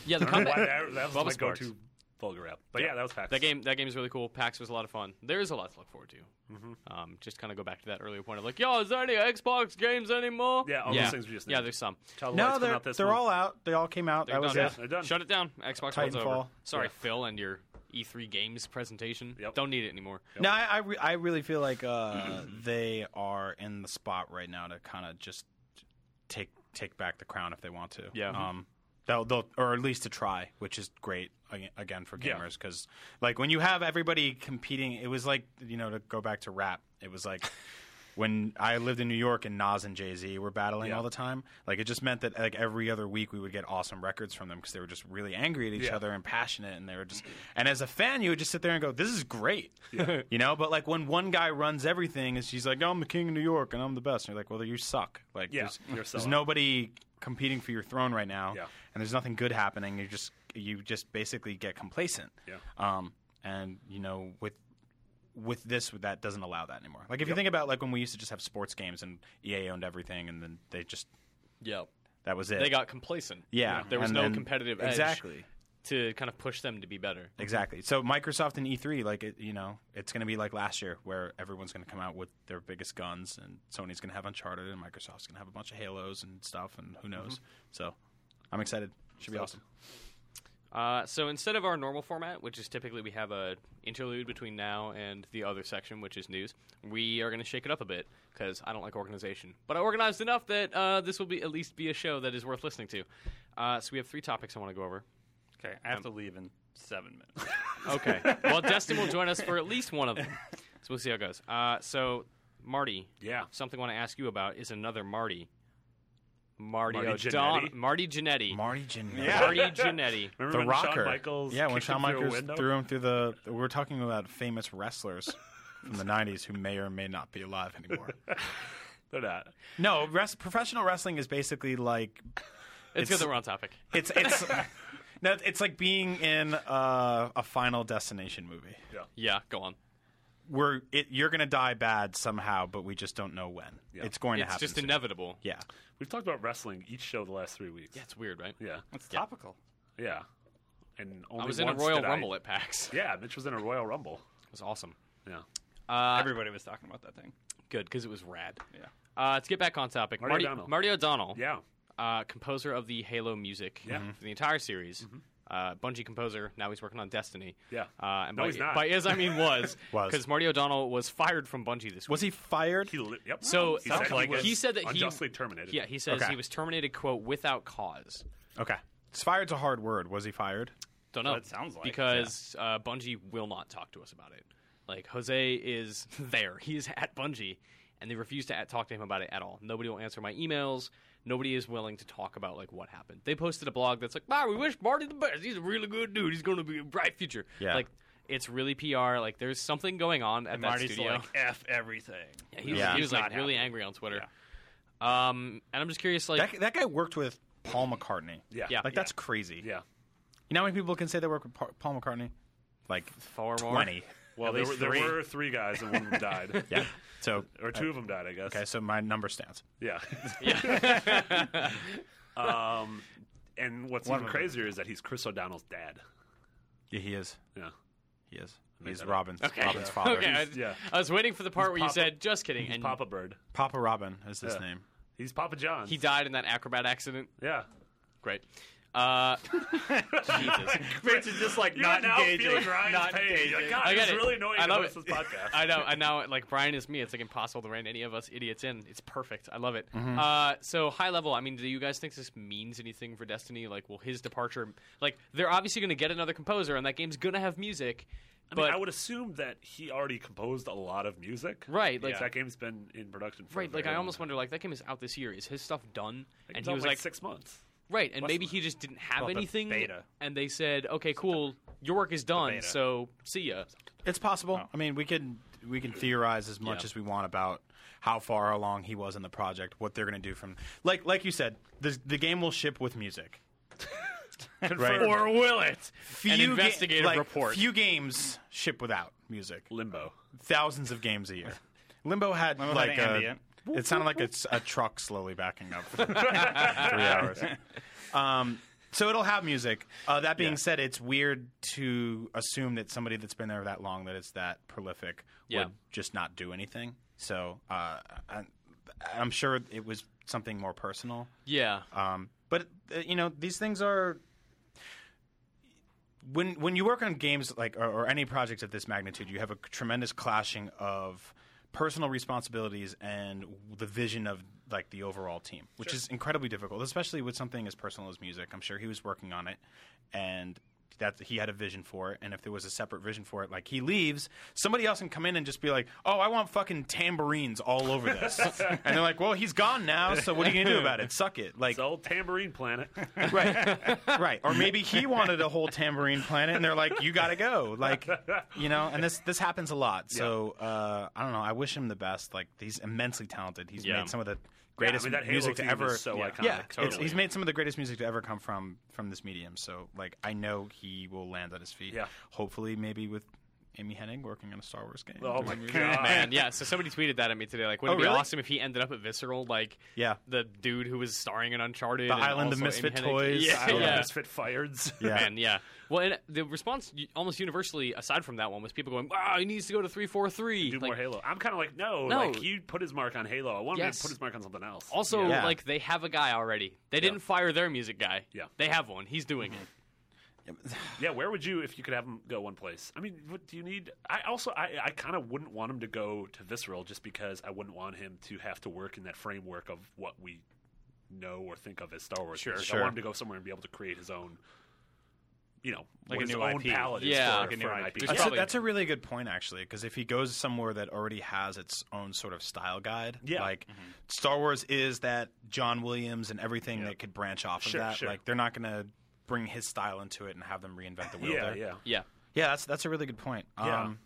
C: yeah the
D: I don't know
C: combat
D: why that, that was
C: Bubba
D: my
C: Sparks.
D: go-to vulgar rap, but yeah, that was PAX.
C: That game, that game is really cool. PAX was a lot of fun. There is a lot to look forward to.
D: Mm-hmm.
C: Um, just kind of go back to that earlier point of like, yo, is there any Xbox games anymore?
D: Yeah, all
C: yeah.
D: those things we just
C: yeah,
D: named.
C: there's some.
D: Child of
E: No,
D: Light's come
E: they're
D: out this
E: they're
D: month.
E: all out. They all came out.
C: They're
E: that was
C: done.
E: it.
D: They're done.
C: Shut it down. Xbox One's over.
E: Titanfall.
C: Sorry,
D: Yeah.
C: Phil, and your E3 games presentation.
D: Yep.
C: Don't need it anymore.
E: No, I I, re- I really feel like uh, they are in the spot right now to kind of just take take back the crown if they want to.
C: Yeah.
D: Mm-hmm.
E: Um, they'll, they'll or at least to try, which is great ag- again for
D: Yeah.
E: gamers because like when you have everybody competing, it was like you know to go back to rap, it was like. When I lived in New York and Nas and Jay Z were battling
D: Yeah.
E: all the time, like it just meant that like every other week we would get awesome records from them because they were just really angry at each
D: Yeah.
E: other and passionate, and they were just. And as a fan, you would just sit there and go, "This is great," you know. But like when one guy runs everything, and she's like, "I'm the king of New York and I'm the best," and you're like, "Well, you suck." Like,
D: Yeah,
E: there's,
D: you're a
E: there's
D: sellout.
E: nobody competing for your throne right now,
D: Yeah.
E: and there's nothing good happening. You just you just basically get complacent.
D: Yeah.
E: Um, and you know with with this that doesn't allow that anymore. Like if you think about like when we used to just have sports games and EA owned everything, and then they just
C: Yeah.
E: that was it.
C: They got complacent.
E: yeah,
C: There was
E: and
C: no
E: then-
C: competitive edge.
E: exactly.
C: to kind of push them to be better.
E: Exactly. So Microsoft and E3, like it, you know, it's going to be like last year, where everyone's going to come out with their biggest guns, and Sony's going to have Uncharted, and Microsoft's going to have a bunch of Halos and stuff, and who knows.
D: Mm-hmm.
E: So, I'm excited. Should be awesome.
C: Uh, so instead of our normal format, which is typically we have a interlude between now and the other section, which is news, we are going to shake it up a bit because I don't like organization. But I organized enough that uh, this will be at least be a show that is worth listening to. Uh, so we have three topics I want to go over.
A: Okay, I have to leave in seven minutes.
C: Okay. well, Destin will join us for at least one of them. So we'll see how it goes. Uh, so, Marty.
D: Yeah.
C: Something I want to ask you about is another Marty. Marty,
D: Marty
C: O'Donnell.
D: Jannetty?
C: Marty Jannetty.
E: Marty Jannetty.
C: Marty Jannetty.
D: Remember
E: The
D: when
E: rocker.
D: Shawn Michaels
E: yeah, when
D: kicked
E: Shawn
D: him through a
E: Michaels
D: window?
E: threw him through the. We were talking about famous wrestlers from the 90s who may or may not be alive anymore.
D: They're not.
E: No, res- professional wrestling is basically like
C: It's good that we're on topic.
E: it's it's no, it's like being in uh, a Final Destination movie
C: Yeah, go on.
E: where it, you're going to die bad somehow, but we just don't know when.
D: Yeah.
E: It's going to
C: It's
E: happen.
C: just
E: soon.
C: inevitable.
E: yeah.
D: We've talked about wrestling each show the last three weeks.
C: That's weird, right?
D: Yeah,
A: It's topical.
D: yeah. And only
C: I was in a
D: once
C: Royal
D: did I-
C: Rumble at PAX.
D: Yeah, Mitch was in a Royal Rumble.
C: It was awesome.
D: Yeah.
C: Uh,
A: Everybody was talking about that thing.
C: good, because it was rad.
A: Yeah.
C: Uh, to get back on topic,
D: Marty
C: Marty,
D: O'Donnell.
C: Marty O'Donnell.
D: Yeah.
C: uh, composer of the Halo music
D: Yeah. Mhm.
C: for the entire series. Uh, Bungie composer. Now he's working on Destiny.
D: Yeah.
C: Uh, and
D: No,
C: by,
D: he's not.
C: by is I mean was
E: Was.
C: because Marty O'Donnell was fired from Bungie this week.
E: Was he fired?
D: He li- yep.
C: So
D: he said,
A: sounds like
D: he, was
C: he said that he
D: unjustly terminated.
C: Yeah, he says
E: Okay.
C: he was terminated quote without cause.
E: okay. Fired's a hard word. Was he fired?
C: Don't know.
A: what it sounds like.
C: because uh, Bungie will not talk to us about it. Like Jose is there. He is at Bungie, and they refuse to at- talk to him about it at all. Nobody will answer my emails. Nobody is willing to talk about like what happened. They posted a blog that's like, "Wow, we wish Marty the best. He's a really good dude. He's going to be a bright future."
E: Yeah.
C: Like it's really PR. Like there's something going on at that
A: Marty's
C: studio.
A: like f everything.
C: yeah, he was,
E: Yeah.
C: he was
A: He's
C: like
A: not
C: really
A: happy.
C: angry on Twitter. Um, and I'm just curious, like,
E: That, that guy worked with Paul McCartney.
D: Yeah.
C: Yeah.
E: Like, that's crazy.
D: Yeah.
E: You know how many people can say they work with Pa- Paul McCartney? Like,
C: far more.
E: 20.
D: Well, there were,
A: least
D: there
A: three.
D: were three guys and one of them died.
E: Yeah. So,
D: Or two of them died, I guess.
E: okay, so my number stands.
D: Yeah.
C: Yeah.
D: Um, and what's
E: One
D: even
E: of them.
D: crazier is that he's Chris O'Donnell's dad.
E: Yeah, he is.
D: Yeah.
E: He is.
D: made
E: He's
D: that up.
E: Robin's, Robin's father.
C: okay. I,
D: yeah.
C: I was waiting for the part where you
D: Papa-
C: said, "Just kidding,"
D: He's
C: and
D: Papa Bird.
E: Papa Robin is his
D: Yeah.
E: name.
D: He's Papa John.
C: He died in that acrobat accident.
D: yeah.
C: Great. Uh, Jesus.
A: Vince is just like
D: You're
A: not
D: now
A: engaging.
D: feeling Ryan's
A: not
D: pain. You're
A: engaging.
D: Like, God,
C: I get
D: it's
C: it.
D: really annoying
C: I
D: to
C: love
D: host
C: it.
D: this podcast.
C: I know. I know. Like Brian is me. It's like impossible to rein any of us idiots in. It's perfect. I love it.
D: Mm-hmm.
C: Uh, so high level. I mean, do you guys think this means anything for Destiny? Like, will his departure? Like, they're obviously going to get another composer, and that game's going to have music.
D: I mean,
C: But
D: I would assume that he already composed a lot of music.
C: Right, like-
D: Like that game's been in production for a
C: right, like
D: very
C: I
D: long
C: almost
D: time.
C: wonder. Like that game is out this year. Is his stuff done?
D: It's
C: and he
D: out,
C: was
D: like,
C: like,
D: six months.
C: Right, and
D: Less
C: maybe
D: than
C: he just didn't have
A: Well, the
C: anything.
A: beta.
C: And they said, "Okay, cool, your work is done.
A: beta.
C: So see ya."
E: It's possible. I mean, we can we can theorize as much
C: Yeah.
E: as we want about how far along he was in the project, what they're going to do from like like you said, the the game will ship with music. right?
C: Or will it?
E: few
C: An
E: ga-
C: investigative
E: like,
C: report.
E: Few games ship without music.
D: Limbo.
E: Thousands of games a year. Limbo had
A: Limbo had
E: like
A: an
E: a,
A: ambient.
E: it sounded like it's a truck slowly backing up for three hours. Um, so it'll have music. Uh, that being
D: Yeah.
E: said, it's weird to assume that somebody that's been there that long, that it's that prolific,
C: Yeah.
E: would just not do anything. So uh, I, I'm sure it was something more personal.
C: Yeah,
E: Um, but uh, you know, these things are when when you work on games like or, or any project of this magnitude, you have a tremendous clashing of personal responsibilities and the vision of like the overall team, which is incredibly difficult, especially with something as personal as music. I'm sure he was working on it, and that he had a vision for it. And if there was a separate vision for it, like he leaves, somebody else can come in and just be like, "Oh, I want fucking tambourines all over this," and they're like, "Well, he's gone now, so what are you gonna do about it? Suck it." Like
D: It's old Tambourine Planet.
E: right right or maybe he wanted a whole tambourine planet and they're like you gotta go like you know and this this happens a lot so uh, i don't know i wish him the best like he's immensely talented he's
C: Yeah.
E: made some of the greatest
D: yeah, I mean, that Halo
E: music
D: theme
E: to ever
D: Is so
C: Yeah.
D: iconic.
E: yeah it's-
C: totally.
E: he's made some of the greatest music to ever come from from this medium so like i know he will land on his feet
D: Yeah.
E: hopefully maybe with Amy Hennig working on a Star Wars game.
D: Oh my god!
C: Man, yeah. So somebody tweeted that at me today. Like, wouldn't
E: Oh,
C: it be
E: really?
C: awesome if he ended up at Visceral? Like,
E: Yeah.
C: the dude who was starring in Uncharted,
E: The
C: and
E: Island of
C: also in
E: Misfit
C: Hennig-
E: Toys,
C: Yeah,
D: I love
C: yeah.
D: Misfit Fireds.
E: Yeah.
C: Man, yeah. Well, and the response y- almost universally, aside from that one, was people going, "Wow, he needs to go to three four three.
D: Do more Halo. I'm kind of like, no,
C: No.
D: like he put his mark on Halo. I want him
C: Yes.
D: to put his mark on something else.
C: Also,
E: Yeah.
C: like they have a guy already. They didn't fire their music guy.
D: Yeah.
C: they have one. He's doing it.
E: Mm-hmm.
D: Yeah, where would you if you could have him go one place? I mean, what do you need? I also I, I kind of wouldn't want him to go to visceral just because I wouldn't want him to have to work in that framework of what we know or think of as Star Wars. Sure, I
E: Sure.
D: want him to go somewhere and be able to create his own, you know, what
A: Like a
D: his
A: new
D: own
A: IP.
D: palette is
C: Yeah.
D: for,
C: Like
A: a new
D: for an
A: IP.
D: IP.
E: That's a,
C: Probably.
E: that's a really good point, actually, because if he goes somewhere that already has its own sort of style guide,
D: Yeah. Mm-hmm.
E: like Star Wars is that John Williams and everything that could branch off
D: Sure,
E: of that.
D: sure.
E: Like they're not going to bring his style into it and have them reinvent the wheel.
D: Yeah,
E: there.
D: yeah.
C: Yeah,
E: yeah. That's that's a really good point.
D: Yeah.
E: Um,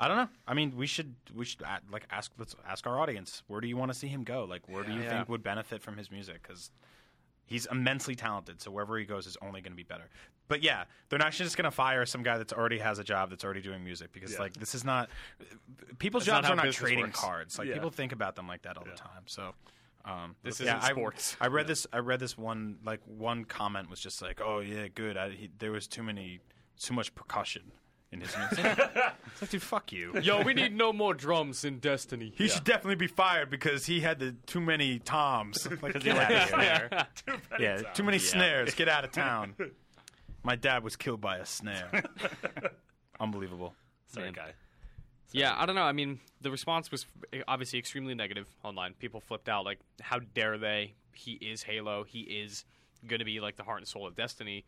E: I don't know. I mean, we should we should a- like ask let's ask our audience where do you want to see him go? Like, where do you think would benefit from his music? Because he's immensely talented, so wherever he goes is only going to be better. But yeah, they're not just going to fire some guy that's already has a job that's already doing music because
D: Yeah.
E: like this is not uh, people's
C: That's not
E: jobs
C: how
E: are not
C: business
E: trading
C: works.
E: cards. Like
D: Yeah.
E: people think about them like that all the time. So. Um,
C: This
E: yeah,
C: isn't
E: I-
C: sports.
E: I, read this. I read this one. Like one comment was just like, "Oh yeah, good." I, he, there was too many, too much percussion in his music. it's like, dude, fuck you.
C: yo, we need no more drums in Destiny.
E: He should definitely be fired because he had the too many toms. Like, get out of here. yeah, too many snares. Get out of town. My dad was killed by a snare. Unbelievable.
D: Sorry,
C: Man.
D: guy.
C: Yeah, I don't know. I mean, the response was obviously extremely negative online. People flipped out. Like, how dare they? He is Halo. He is going to be like the heart and soul of Destiny.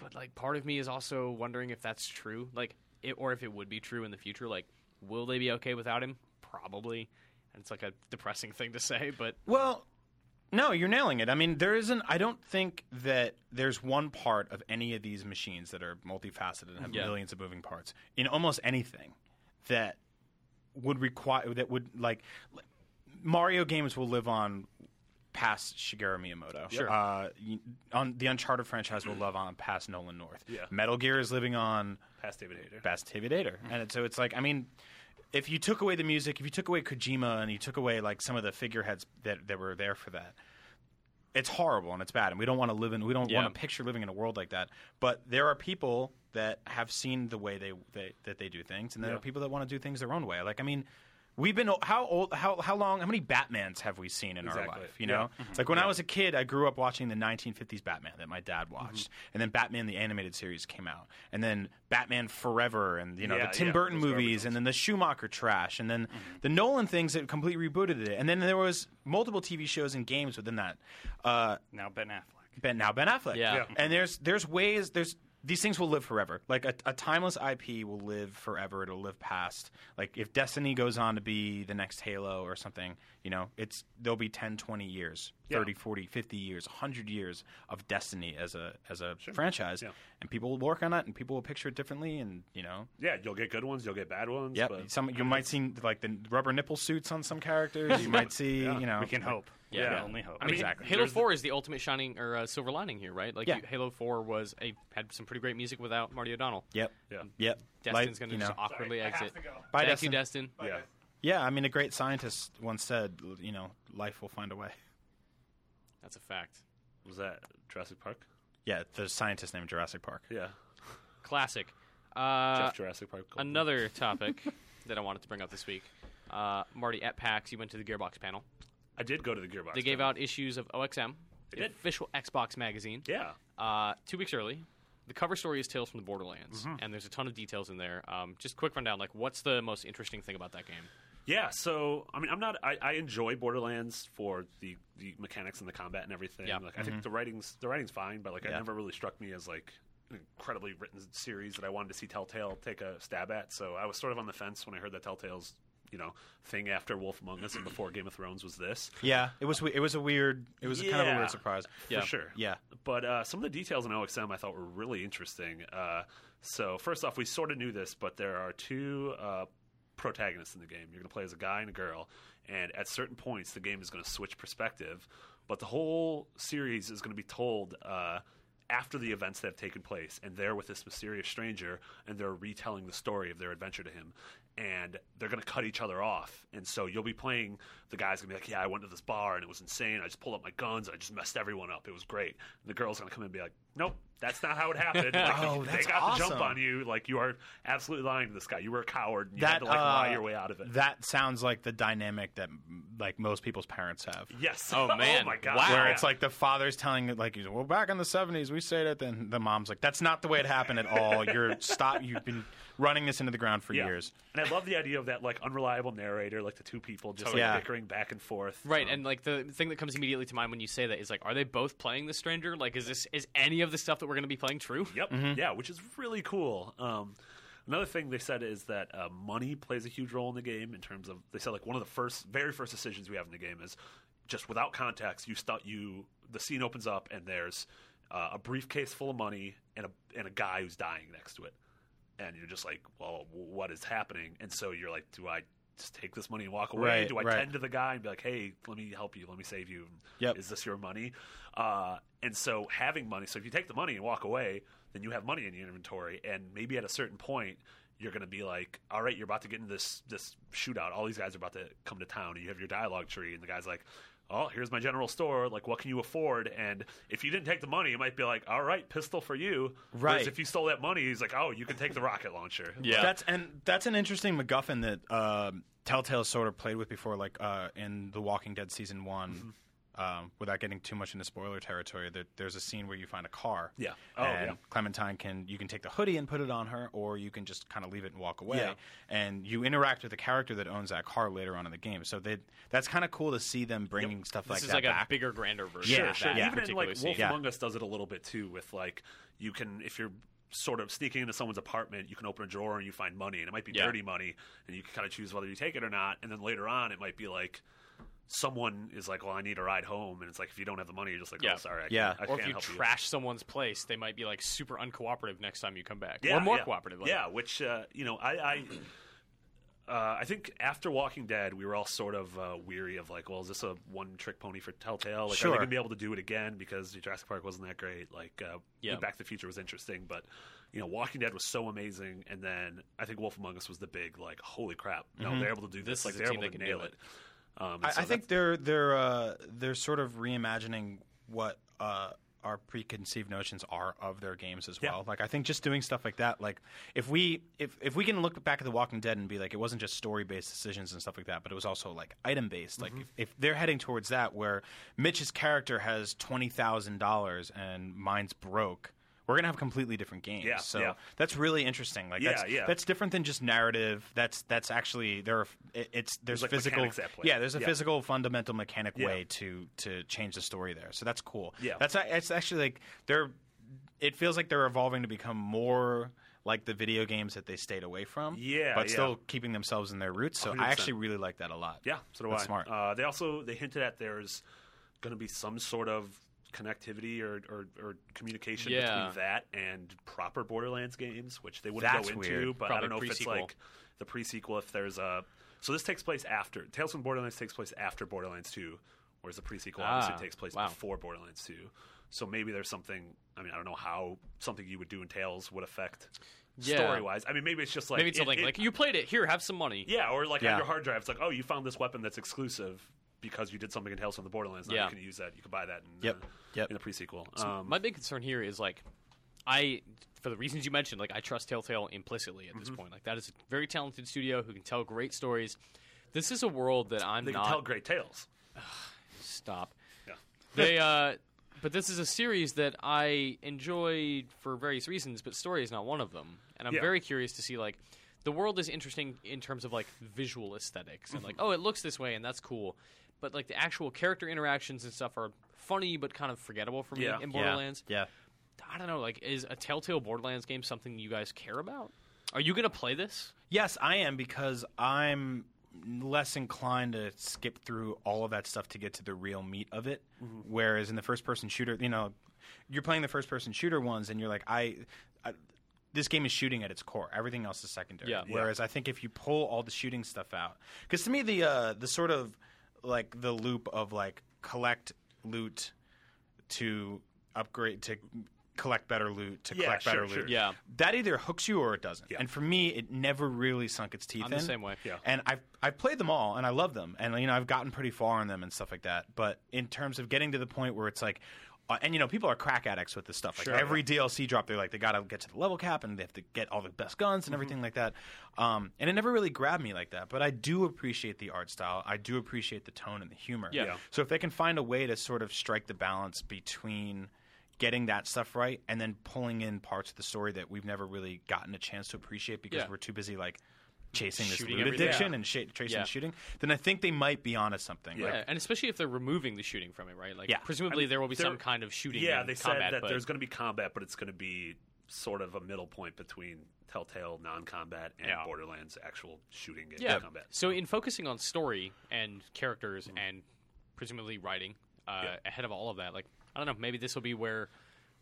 C: But like, part of me is also wondering if that's true. Like, it or if it would be true in the future. Like, will they be okay without him? Probably. And it's like a depressing thing to say, but
E: Well, no, you're nailing it. I mean, there isn't. I don't think that there's one part of any of these machines that are multifaceted and have
C: Yeah.
E: millions of moving parts in almost anything that would require that would like Mario games will live on past Shigeru Miyamoto. Sure. Uh, y- on the Uncharted franchise will live on past Nolan North.
D: Yeah.
E: Metal Gear is living on
D: Past David Hayter.
E: best David Ader. And it- so it's like, I mean, if you took away the music, if you took away Kojima and you took away like some of the figureheads that, that were there for that, it's horrible and it's bad. And we don't want to live in, we don't
C: Yeah.
E: want to picture living in a world like that. But there are people that have seen the way they, they that they do things. And there are people that want to do things their own way. Like, I mean, We've been how old how how long how many Batmans have we seen in our
D: Exactly.
E: life? You
D: Mm-hmm. Yeah.
E: know, like when I was a kid, I grew up watching the 1950s Batman that my dad watched,
D: Mm-hmm.
E: and then Batman the animated series came out, and then Batman Forever, and you know
D: Yeah,
E: the Tim
D: yeah,
E: Burton
D: those garbage
E: movies, and then the Schumacher trash, and then
D: Mm-hmm.
E: the Nolan things that completely rebooted it, and then there was multiple TV shows and games within that. Uh,
A: Now Ben Affleck.
E: Ben now Ben Affleck.
C: Yeah. Yeah.
E: And there's there's ways there's these things will live forever. Like a, a timeless IP will live forever. It'll live past. Like if Destiny goes on to be the next Halo or something, you know, it's there'll be 10, 20 years, 30, 40, 50 years, 100 years of Destiny as a as a franchise
D: Yeah.
E: and people will work on it and people will picture it differently and, you know.
D: Yeah, you'll get good ones. You'll get bad ones.
E: Yep.
D: but-
E: Some you might see like the rubber nipple suits on some characters. You might see, you know.
A: We can hope.
C: Yeah.
A: We
C: Yeah.
A: can only hope.
D: I mean,
E: Exactly.
C: Halo Four is the ultimate shining or uh, silver lining here, right? Like,
E: Yeah.
C: you, Halo Four was a had some pretty great music without Marty O'Donnell.
E: Yep.
D: Yeah.
E: Yep.
C: Destin's
E: Like,
C: going
E: you
C: to just
E: know.
C: awkwardly exit.
E: Bye,
C: Thank
E: Destin.
C: you, Destin.
D: yeah.
E: Yeah, I mean, a great scientist once said, l- you know, life will find a way.
C: That's a fact.
D: Was that Jurassic Park?
E: Yeah, the scientist named Jurassic Park.
D: Yeah.
C: Classic. Uh,
D: Jeff Jurassic Park. Goldblum.
C: another topic that I wanted to bring up this week. Uh, Marty at PAX, you went to the Gearbox panel.
D: I did go to the Gearbox.
C: They gave
D: panel.
C: out issues of OXM, the
D: did.
C: official Xbox magazine,
D: Yeah.
C: uh, two weeks early. The cover story is Tales from the Borderlands, and there's a ton of details in there. Um, just quick rundown, like what's the most interesting thing about that game?
D: Yeah, so I mean, I'm not. I, I enjoy Borderlands for the the mechanics and the combat and everything.
C: Yeah.
D: Like, I think the writing's the writing's fine, but like, it
E: Yeah.
D: never really struck me as like an incredibly written series that I wanted to see Telltale take a stab at. So I was sort of on the fence when I heard that Telltale's you know thing after Wolf Among Us and before Game of Thrones was this.
E: Yeah, it was we- it was a weird, it was kind of a
D: Yeah.
E: weird surprise.
C: Yeah.
D: For sure.
E: Yeah.
D: But uh, some of the details in OXM I thought were really interesting. Uh, so, first off, we sort of knew this, but there are two uh, protagonists in the game. You're going to play as a guy and a girl. And at certain points, the game is going to switch perspective. But the whole series is going to be told uh, after the events that have taken place, and they're with this mysterious stranger, and they're retelling the story of their adventure to him. And they're gonna cut each other off, and so you'll be playing. The guy's gonna be like, "Yeah, I went to this bar and it was insane. I just pulled up my guns and I just messed everyone up. It was great." And the girl's gonna come in and be like, "Nope, that's not how it happened. Like,
E: Oh,
D: they
E: that's
D: got the jump
E: awesome.
D: on you. Like you are absolutely lying to this guy. You were a coward. And you had to like
E: uh,
D: lie your way out of it."
E: That sounds like the dynamic that like most people's parents have.
D: Yes.
C: Oh, man.
D: oh my god.
C: Wow.
E: Where
D: Yeah.
E: it's like the father's telling like he's well back in the seventies we say that then the mom's like that's not the way it happened at all. You're stop you've been running this into the ground for
D: Yeah.
E: years.
D: And I love the idea of that like unreliable narrator, like the two people just like
E: Totally. Yeah.
D: bickering back and forth.
C: Right,
D: Um,
C: and like the thing that comes immediately to mind when you say that is like, are they both playing the stranger? Like, is this is any of the stuff that we're going to be playing true?
D: Yep.
E: Mm-hmm.
D: Yeah, which is really cool. Um, another thing they said is that uh, money plays a huge role in the game in terms of they said like one of the first, very first decisions we have in the game is just without context. You start you the scene opens up and there's uh, a briefcase full of money and a and a guy who's dying next to it, and you're just like, well, what is happening? And so you're like, do I? Just take this money and walk away.
E: Right,
D: Do I
E: right.
D: tend to the guy and be like, "Hey, let me help you. Let me save you."
E: Yep.
D: Is this your money? Uh, and so having money, so if you take the money and walk away, then you have money in your inventory, and maybe at a certain point, you're going to be like, "All right, you're about to get into this this shootout. All these guys are about to come to town, and you have your dialogue tree, and the guy's like." Oh, here's my general store. Like, what can you afford? And if you didn't take the money, it might be like, all right, pistol for you. Whereas
E: Right.
D: if you stole that money, he's like, oh, you can take the rocket launcher.
C: Yeah.
E: That's and that's an interesting MacGuffin that um Telltale sort of played with before, like uh, in The Walking Dead season one.
C: Mm-hmm.
E: Um, without getting too much into spoiler territory, there, there's a scene where you find a car.
D: Yeah. Oh,
E: and
D: yeah.
E: Clementine can you can take the hoodie and put it on her, or you can just kind of leave it and walk away.
D: Yeah.
E: And you interact with the character that owns that car later on in the game. So they, that's kind of cool to see them bringing stuff
C: This
E: like
C: is
E: that
C: like
E: back.
C: a bigger, grander version.
E: Sure,
C: of
E: sure.
C: that
E: Yeah.
D: even in
C: particular
D: like
C: scene.
D: Wolf
E: Yeah.
D: Among Us does it a little bit too. With like you can if you're sort of sneaking into someone's apartment, you can open a drawer and you find money, and it might be
C: Yeah.
D: dirty money, and you can kind of choose whether you take it or not. And then later on, it might be like someone is like, "Well, I need a ride home," and it's like if you don't have the money, you're just like,
C: Yeah.
D: "Oh, sorry, I
E: Yeah.
D: can't, I
C: or
D: can't
C: if you
D: help
C: trash someone's place, they might be like super uncooperative next time you come back,
D: Yeah,
C: or more
D: yeah.
C: cooperative. Like,
D: yeah, which uh, you know, I. I Uh, I think after Walking Dead, we were all sort of uh, weary of like, well, is this a one-trick pony for Telltale? Like, are
E: Sure.
D: they gonna be able to do it again? Because Jurassic Park wasn't that great. Like, uh,
C: Yeah.
D: Back to the Future was interesting, but you know, Walking Dead was so amazing. And then I think Wolf Among Us was the big like, holy crap! No, they're able to do this.
C: Mm-hmm. This
D: like,
C: is a
D: they're
C: team
D: able
C: that
D: to
C: can
D: nail
C: do
D: it.
C: it.
D: Um,
E: I,
D: and so
E: I think
D: that's-
E: they're they're uh, they're sort of reimagining what uh, our preconceived notions are of their games as
D: Yeah.
E: well. Like I think just doing stuff like that, like if we if if we can look back at The Walking Dead and be like, it wasn't just story based decisions and stuff like that, but it was also like item based.
D: Mm-hmm.
E: Like if, if they're heading towards that, where Mitch's character has twenty thousand dollars and mine's broke. We're gonna have completely different games,
D: Yeah,
E: so
D: yeah.
E: that's really interesting. Like,
D: Yeah,
E: that's,
D: yeah.
E: that's different than just narrative. That's that's actually there. Are, it, it's there's,
D: like,
E: physical.
D: mechanics that play.
E: Yeah, there's a
D: Yeah.
E: physical physical fundamental mechanic
D: Yeah.
E: way to to change the story there. So that's cool.
D: Yeah.
E: that's a- it's actually like they're. It feels like they're evolving to become more like the video games that they stayed away from.
D: Yeah,
E: but
D: yeah.
E: still keeping themselves in their roots. So I
D: 100%.
E: actually really like that a lot.
D: Yeah, so do
E: That's
D: I.
E: smart.
D: Uh, they also they hinted at there's going to be some sort of connectivity or, or, or communication
C: Yeah.
D: between that and proper Borderlands games, which they wouldn't
E: That's
D: go into.
E: weird.
D: But
C: Probably
D: I don't know if it's
C: pre-sequel.
D: like the prequel if there's a so this takes place after Tales from Borderlands takes place after Borderlands Two, whereas the prequel
C: Ah,
D: obviously takes place
C: wow.
D: before Borderlands Two. So maybe there's something. I mean, I don't know how something you would do in Tales would affect
C: Yeah.
D: story wise. I mean, maybe it's just like
C: maybe it's
D: it-
C: something
D: it-
C: like you played it. Here, have some money.
D: yeah, or like
E: Yeah.
D: on your hard drive, it's like, oh, you found this weapon that's exclusive because you did something in Tales from the Borderlands. Now
C: Yeah.
D: you can use that. You can buy that in,
E: Yep.
D: uh,
E: Yep.
D: in the prequel. Um,
C: My big concern here is like, I for the reasons you mentioned, like I trust Telltale implicitly
D: Mm-hmm.
C: at this point. Like that is a very talented studio who can tell great stories. This is a world that I'm
D: they
C: not
D: can tell great tales.
C: stop.
D: Yeah.
C: They uh but this is a series that I enjoy for various reasons, but story is not one of them. And I'm
D: Yeah.
C: very curious to see like the world is interesting in terms of like visual aesthetics and like
D: Mm-hmm.
C: oh it looks this way and that's cool. But like the actual character interactions and stuff are funny but kind of forgettable for me
D: Yeah.
C: in
D: Yeah.
C: Borderlands.
E: Yeah.
C: I don't know, like is a Telltale Borderlands game something you guys care about? Are you going to play this?
E: Yes, I am because I'm less inclined to skip through all of that stuff to get to the real meat of it.
D: Mm-hmm.
E: Whereas in the first person shooter, you know, you're playing the first person shooter ones and you're like, I. I this game is shooting at its core. Everything else is secondary.
C: Yeah. Yeah.
E: Whereas I think if you pull all the shooting stuff out, because to me the uh, the sort of like the loop of like collect, loot, to upgrade to collect better loot to
D: Yeah,
E: collect
D: sure,
E: better
D: sure.
E: loot.
C: Yeah.
E: That either hooks you or it doesn't.
D: Yeah.
E: And for me, it never really sunk its teeth
C: I'm
E: in.
C: the same way.
D: Yeah.
E: And I've I've played them all and I love them. And you know, I've gotten pretty far in them and stuff like that. But in terms of getting to the point where it's like uh, and you know people are crack addicts with this stuff. Like every DLC drop, they're like they gotta get to the level cap and they have to get all the best guns
C: Mm-hmm.
E: and everything like that. Um, and it never really grabbed me like that. But I do appreciate the art style. I do appreciate the tone and the humor.
C: Yeah. Yeah.
E: So if they can find a way to sort of strike the balance between getting that stuff right and then pulling in parts of the story that we've never really gotten a chance to appreciate because
C: Yeah.
E: we're too busy like chasing this
C: Shooting
E: loot
C: everything.
E: addiction and shit, tracing
C: Yeah.
E: and shooting, then I think they might be onto something. Like,
C: Yeah, and especially if they're removing the shooting from it, right? Like,
E: Yeah.
C: presumably
D: I mean,
C: there will be
D: they're-
C: some kind of shooting.
D: Yeah,
C: and
D: they
C: combat,
D: said that
C: but
D: there's going to be combat, but it's going to be sort of a middle point between Telltale non-combat and
C: Yeah.
D: Borderlands actual shooting and
C: yeah.
D: combat.
C: So in focusing on story and characters
D: Mm-hmm.
C: and presumably writing uh, ahead of all of that, like I don't know, maybe this will be where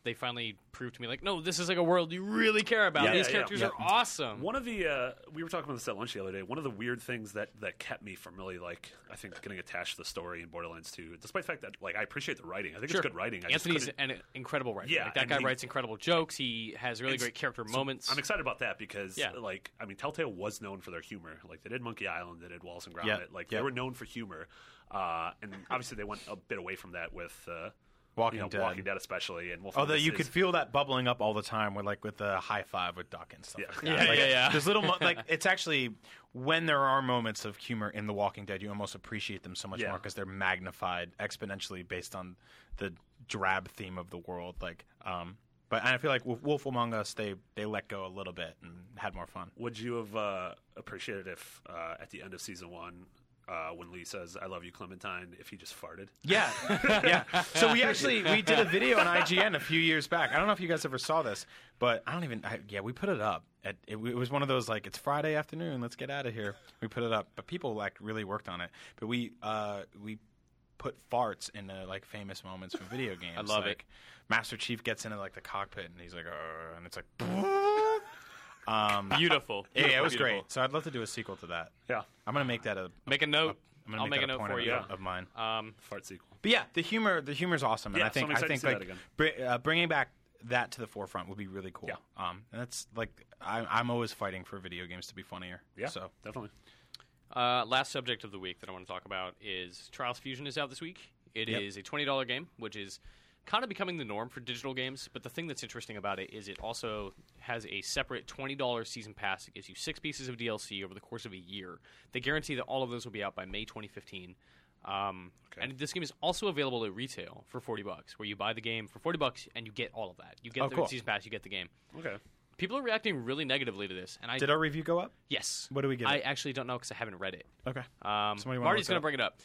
C: they finally prove to me, like, no, this is like a world you really care about.
D: Yeah,
C: These
D: yeah,
C: characters
D: yeah.
C: are awesome.
D: One of the uh, we were talking about this at lunch the other day. One of the weird things that that kept me from really like I think getting attached to the story in Borderlands 2, despite the fact that like I appreciate the writing. I think
C: Sure.
D: it's good writing. I just
C: Anthony's
D: couldn't-
C: an incredible writer.
D: Yeah,
C: like, that
D: and
C: guy
D: he-
C: writes incredible jokes. He has really great character moments.
D: I'm excited about that because,
C: Yeah.
D: like, I mean, Telltale was known for their humor. Like, they did Monkey Island, they did Walls and Gromit.
E: Yeah.
D: Like,
E: Yeah.
D: they were known for humor, uh, and obviously they went a bit away from that with uh,
E: Walking
D: you know,
E: Dead.
D: Walking Dead, especially. And Wolf
E: Although
D: Among Us
E: you
D: is-
E: could feel that bubbling up all the time with like with the high five with Duck and stuff.
D: Yeah.
E: like
D: Yeah,
E: that. Like,
C: yeah, yeah.
E: There's little mo- like it's actually when there are moments of humor in The Walking Dead, you almost appreciate them so much
D: Yeah.
E: more because they're magnified exponentially based on the drab theme of the world. Like, um, but I feel like with Wolf Among Us, they they let go a little bit and had more fun.
D: Would you have uh, appreciated if uh, at the end of season one, uh, when Lee says "I love you, Clementine," if he just farted?
E: Yeah, yeah. So we actually we did a video on IGN a few years back. I don't know if you guys ever saw this, but I don't even. I, yeah, we put it up. At, it, it was one of those like it's Friday afternoon, let's get out of here. We put it up, but people like really worked on it. But we uh, we put farts in uh, like famous moments from video games. I
C: love it.
E: like, Master Chief gets into like the cockpit and he's like, "Arr," and it's like. Um,
C: beautiful.
E: yeah, yeah, it
C: Beautiful,
E: was
C: beautiful.
E: great. So I'd love to do a sequel to that.
D: Yeah,
E: I'm gonna make that a.
C: Make a note.
E: I'm gonna
C: I'll make
E: that
C: a note
E: point
C: for
E: of-
C: you.
E: of mine.
C: Um,
D: fart sequel.
E: But yeah, the humor the humor's awesome, and
D: Yeah,
E: I think
D: so I'm
E: I
D: excited
E: think
D: to see
E: like
D: that again.
E: br- uh, bringing back that to the forefront would be really cool.
D: Yeah.
E: Um, and that's like I, I'm always fighting for video games to be funnier.
D: Yeah,
E: So
D: definitely.
C: Uh, last subject of the week that I want to talk about is Trials Fusion is out this week. It is
E: Yep.
C: a twenty dollar game, which is kind of becoming the norm for digital games. But the thing that's interesting about it is it also has a separate twenty dollar season pass that gives you six pieces of DLC over the course of a year. They guarantee that all of those will be out by May twenty fifteen. Um, And this game is also available at retail for forty bucks, where you buy the game for forty bucks and you get all of that. You get
E: Oh,
C: the
E: cool.
C: season pass, you get the game.
D: Okay.
C: People are reacting really negatively to this, and I
E: did our review go up?
C: yes.
E: What do we get?
C: I actually don't know because I haven't read it.
E: Okay.
C: Um,
E: Somebody wanna
C: Marty's
E: look
C: going
E: up?
C: to bring it up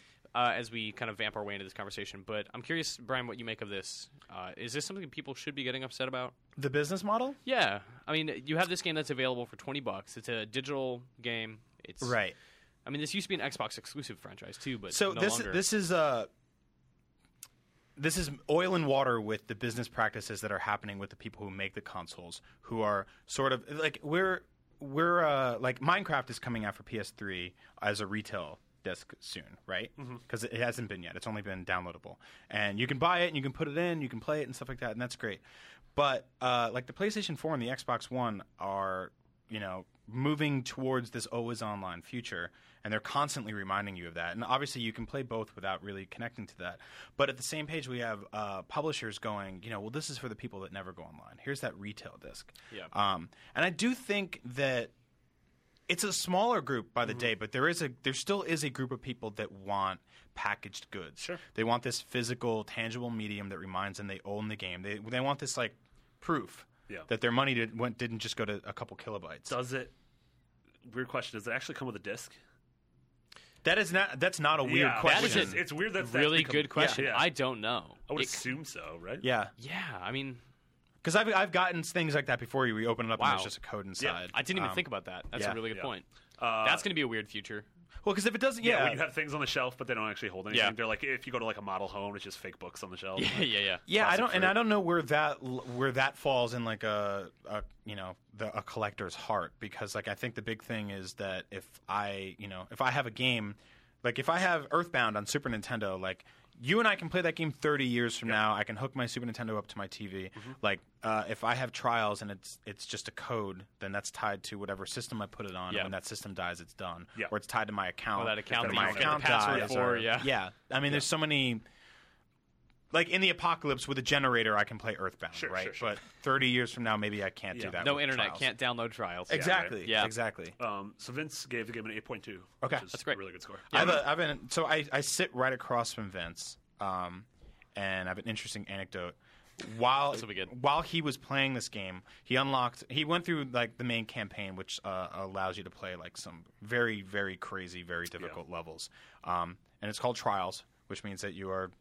C: uh, as we kind of vamp our way into this conversation. But I'm curious, Brian, what you make of this. Uh, is this something people should be getting upset about?
E: The business model.
C: Yeah, I mean, you have this game that's available for 20 bucks. It's a digital game. It's
E: Right.
C: I mean, this used to be an Xbox exclusive franchise too, but
E: So
C: no
E: this
C: longer.
E: this is uh this is oil and water with the business practices that are happening with the people who make the consoles, who are sort of like we're we're uh, like Minecraft is coming out for PS3 as a retail disc soon, right?
C: Mm-hmm.
E: Because it hasn't been yet; it's only been downloadable, and you can buy it and you can put it in, you can play it and stuff like that, and that's great. But uh, like the PlayStation 4 and the Xbox One are you know moving towards this always online future and they're constantly reminding you of that and obviously you can play both without really connecting to that but at the same page we have uh, publishers going you know well this is for the people that never go online here's that retail disc
C: Yeah.
E: um, and i do think that it's a smaller group
D: Mm-hmm.
E: by the day, but there is a there still is a group of people that want packaged goods. Sure. They want this physical, tangible medium that reminds them they own the game. They they want this like proof
D: Yeah.
E: that their money did, went, didn't just go to a couple kilobytes.
D: Does it? Weird question. Does it actually come with a disc?
E: that is not that's not a weird
D: yeah,
E: question.
D: Which is, it's weird. That's
C: really
D: that's become-
C: good question.
D: Yeah, yeah.
C: I don't know.
D: I would
C: It-
D: assume so, right?
E: yeah,
C: yeah, I mean,
E: because I've I've gotten things like that before. You open it up and
C: Wow.
E: there's just a code inside.
C: I didn't even
E: Um,
C: think about that. That's
E: yeah.
C: a really good
D: Yeah.
C: point.
D: Uh,
C: that's going to be a weird future.
E: Well, because if it doesn't,
D: Yeah,
E: yeah,
D: when you have things on the shelf, but they don't actually hold anything.
C: Yeah.
D: They're like if you go to like a model home, it's just fake books on the shelf.
C: yeah, yeah, yeah.
E: Yeah, I
D: classic
E: don't, and
D: fruit.
E: I don't know where that l- where that falls in like a, a you know the, a collector's heart because like I think the big thing is that if I you know if I have a game, like if I have Earthbound on Super Nintendo, like you and I can play that game 30 years from now. I can hook my Super Nintendo up to my TV.
C: Mm-hmm.
E: Like uh, if I have trials and it's it's just a code, then that's tied to whatever system I put it on.
C: Yeah.
E: And when that system dies, it's done.
D: Yeah.
E: Or it's tied to my account.
C: Or that account
E: if
D: that
E: my
D: you forget
E: account
D: the
C: password
E: dies,
C: for,
E: or-
C: yeah.
E: yeah. I mean, there's so many. Like in the apocalypse with a generator, I can play Earthbound,
D: Sure,
E: right?
D: sure, sure.
E: But 30 years from now, maybe I can't
D: Yeah.
E: do that.
C: No
E: with
C: internet,
E: trials.
C: can't download trials.
E: Exactly.
C: Yeah.
E: Exactly.
D: Um, so Vince gave the game an 8.2.
E: Okay.
D: which is
C: That's great.
D: A really good score.
E: I've, a, I've been so I, I sit right across from Vince, um, and I've an interesting anecdote. While
C: will be good.
E: while he was playing this game, he unlocked. He went through like the main campaign, which uh, allows you to play like some very very crazy, very difficult levels. Um, and it's called Trials, which means that you are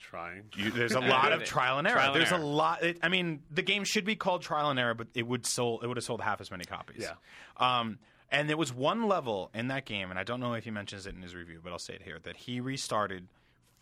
D: Trying.
E: you, there's a lot of
C: Yeah.
E: trial and error.
C: Trial and
E: there's
C: error.
E: a lot. It, I mean, the game should be called Trial and Error, but it would sold. It would have sold half as many copies.
D: Yeah.
E: Um, and there was one level in that game, and I don't know if he mentions it in his review, but I'll say it here that he restarted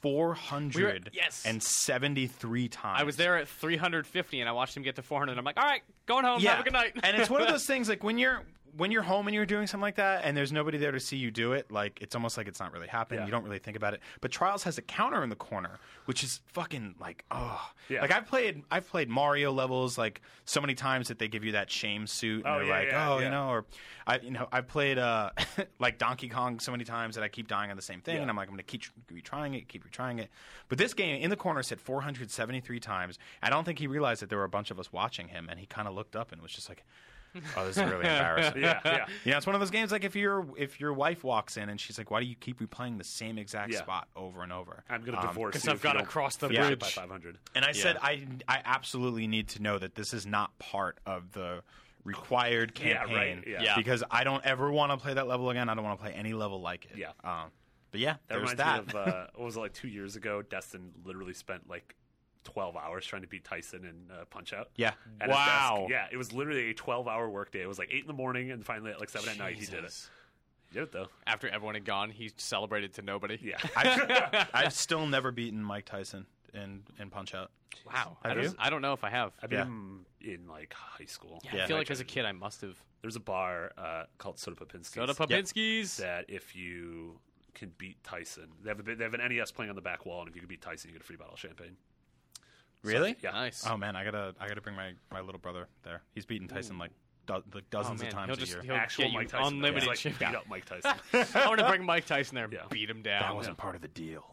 E: four hundred and seventy-three times.
C: I was there at 350 and I watched him get to 400. And I'm like, all right, going home. Have a good night.
E: and it's one of those things like when you're when you're home and you're doing something like that and there's nobody there to see you do it, like it's almost like it's not really happening.
D: Yeah.
E: You don't really think about it. But Trials has a counter in the corner, which is fucking like oh
D: Yeah.
E: like I've played I've played Mario levels like so many times that they give you that shame suit and
D: Oh,
E: they're
D: yeah,
E: like,
D: yeah,
E: Oh,
D: yeah.
E: you know, or I you know, I've played uh like Donkey Kong so many times that I keep dying on the same thing
D: Yeah.
E: and I'm like I'm gonna keep retrying it, keep retrying it. But this game in the corner said four hundred seventy three times. I don't think he realized that there were a bunch of us watching him and he kinda looked up and was just like Oh, this is really embarrassing.
D: Yeah, yeah.
E: You know, it's one of those games like if your if your wife walks in and she's like, "Why do you keep replaying the same exact
D: Yeah.
E: spot over and over?"
D: I'm going to
E: Um,
D: divorce
C: 'cause
D: you
C: I've
D: if you
C: gotta
D: don't
C: cross the
D: finish it
C: bridge.
D: by 500.
E: And I said,
C: Yeah.
E: "I I absolutely need to know that this is not part of the required
D: Yeah, right,
E: campaign
D: yeah.
C: Yeah.
E: because I don't ever want to play that level again. I don't want to play any level like it."
D: Yeah.
E: Um, but yeah,
D: That
E: there's
D: reminds
E: that.
D: me of, uh, what was it, like two years ago? Destin literally spent like 12 hours trying to beat Tyson in uh, Punch Out.
E: yeah.
D: at his desk.
C: Wow.
D: Yeah, it was literally a 12 hour workday. It was like 8 in the morning and finally at like 7 at night he did it.
C: Jesus.
D: He did it though.
C: After everyone had gone, he celebrated to nobody.
D: Yeah.
E: I've, I've still never beaten Mike Tyson in in Punch Out.
C: Wow. I
E: Have
C: don't,
E: you?
C: I don't know if I have.
D: I beat
E: Yeah.
D: him in like high school.
C: Yeah, I
E: Yeah.
C: feel like as a kid, I must have.
D: There's a bar uh, called Soda Popinski's.
C: Go to Popinski's.
D: that if you can beat Tyson, they have a bit, they have an NES playing on the back wall, and if you can beat Tyson, you get a free bottle of champagne. So, yeah.
C: Nice.
E: Oh man, I gotta I gotta bring my my little brother there. He's beaten Tyson like do- like
C: Oh,
E: dozens
C: man.
E: of times
C: he'll
E: a
C: just,
E: year.
C: He'll
D: Actual
C: get you
D: Mike Tyson. though.
C: unlimited
D: He's like,
C: shit.
D: beat up Mike Tyson.
C: I want to bring Mike Tyson there,
D: Yeah.
C: beat him down.
E: That wasn't part of the deal.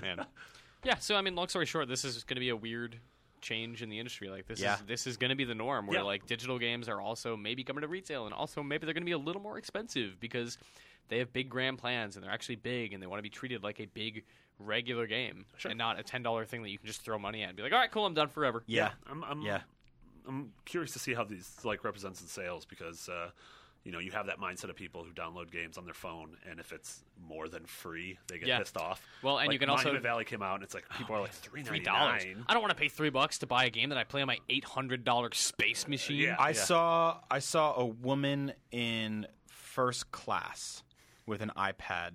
C: man. Yeah, so I mean, long story short, this is going to be a weird change in the industry. Like this
E: Yeah.
C: is this is going to be the norm where
D: Yeah.
C: like digital games are also maybe coming to retail and also maybe they're going to be a little more expensive because they have big grand plans and they're actually big and they want to be treated like a big regular game and not a $10 thing that you can just throw money at and be like, "All right, cool, I'm done forever."
E: Yeah.
D: I'm, I'm,
E: Yeah.
D: I'm curious to see how these like represents in sales because uh, you know you have that mindset of people who download games on their phone, and if it's more than free, they get
C: Yeah.
D: pissed off.
C: Well, and
D: Like,
C: you can also- Oh,
D: Monument Valley came out, and it's like people are like three
C: Three
D: ninety
C: dollars.
D: nine.
C: I don't want to pay three bucks to buy a game that I play on my eight hundred dollar space machine.
D: yeah.
E: I saw I saw a woman in first class with an iPad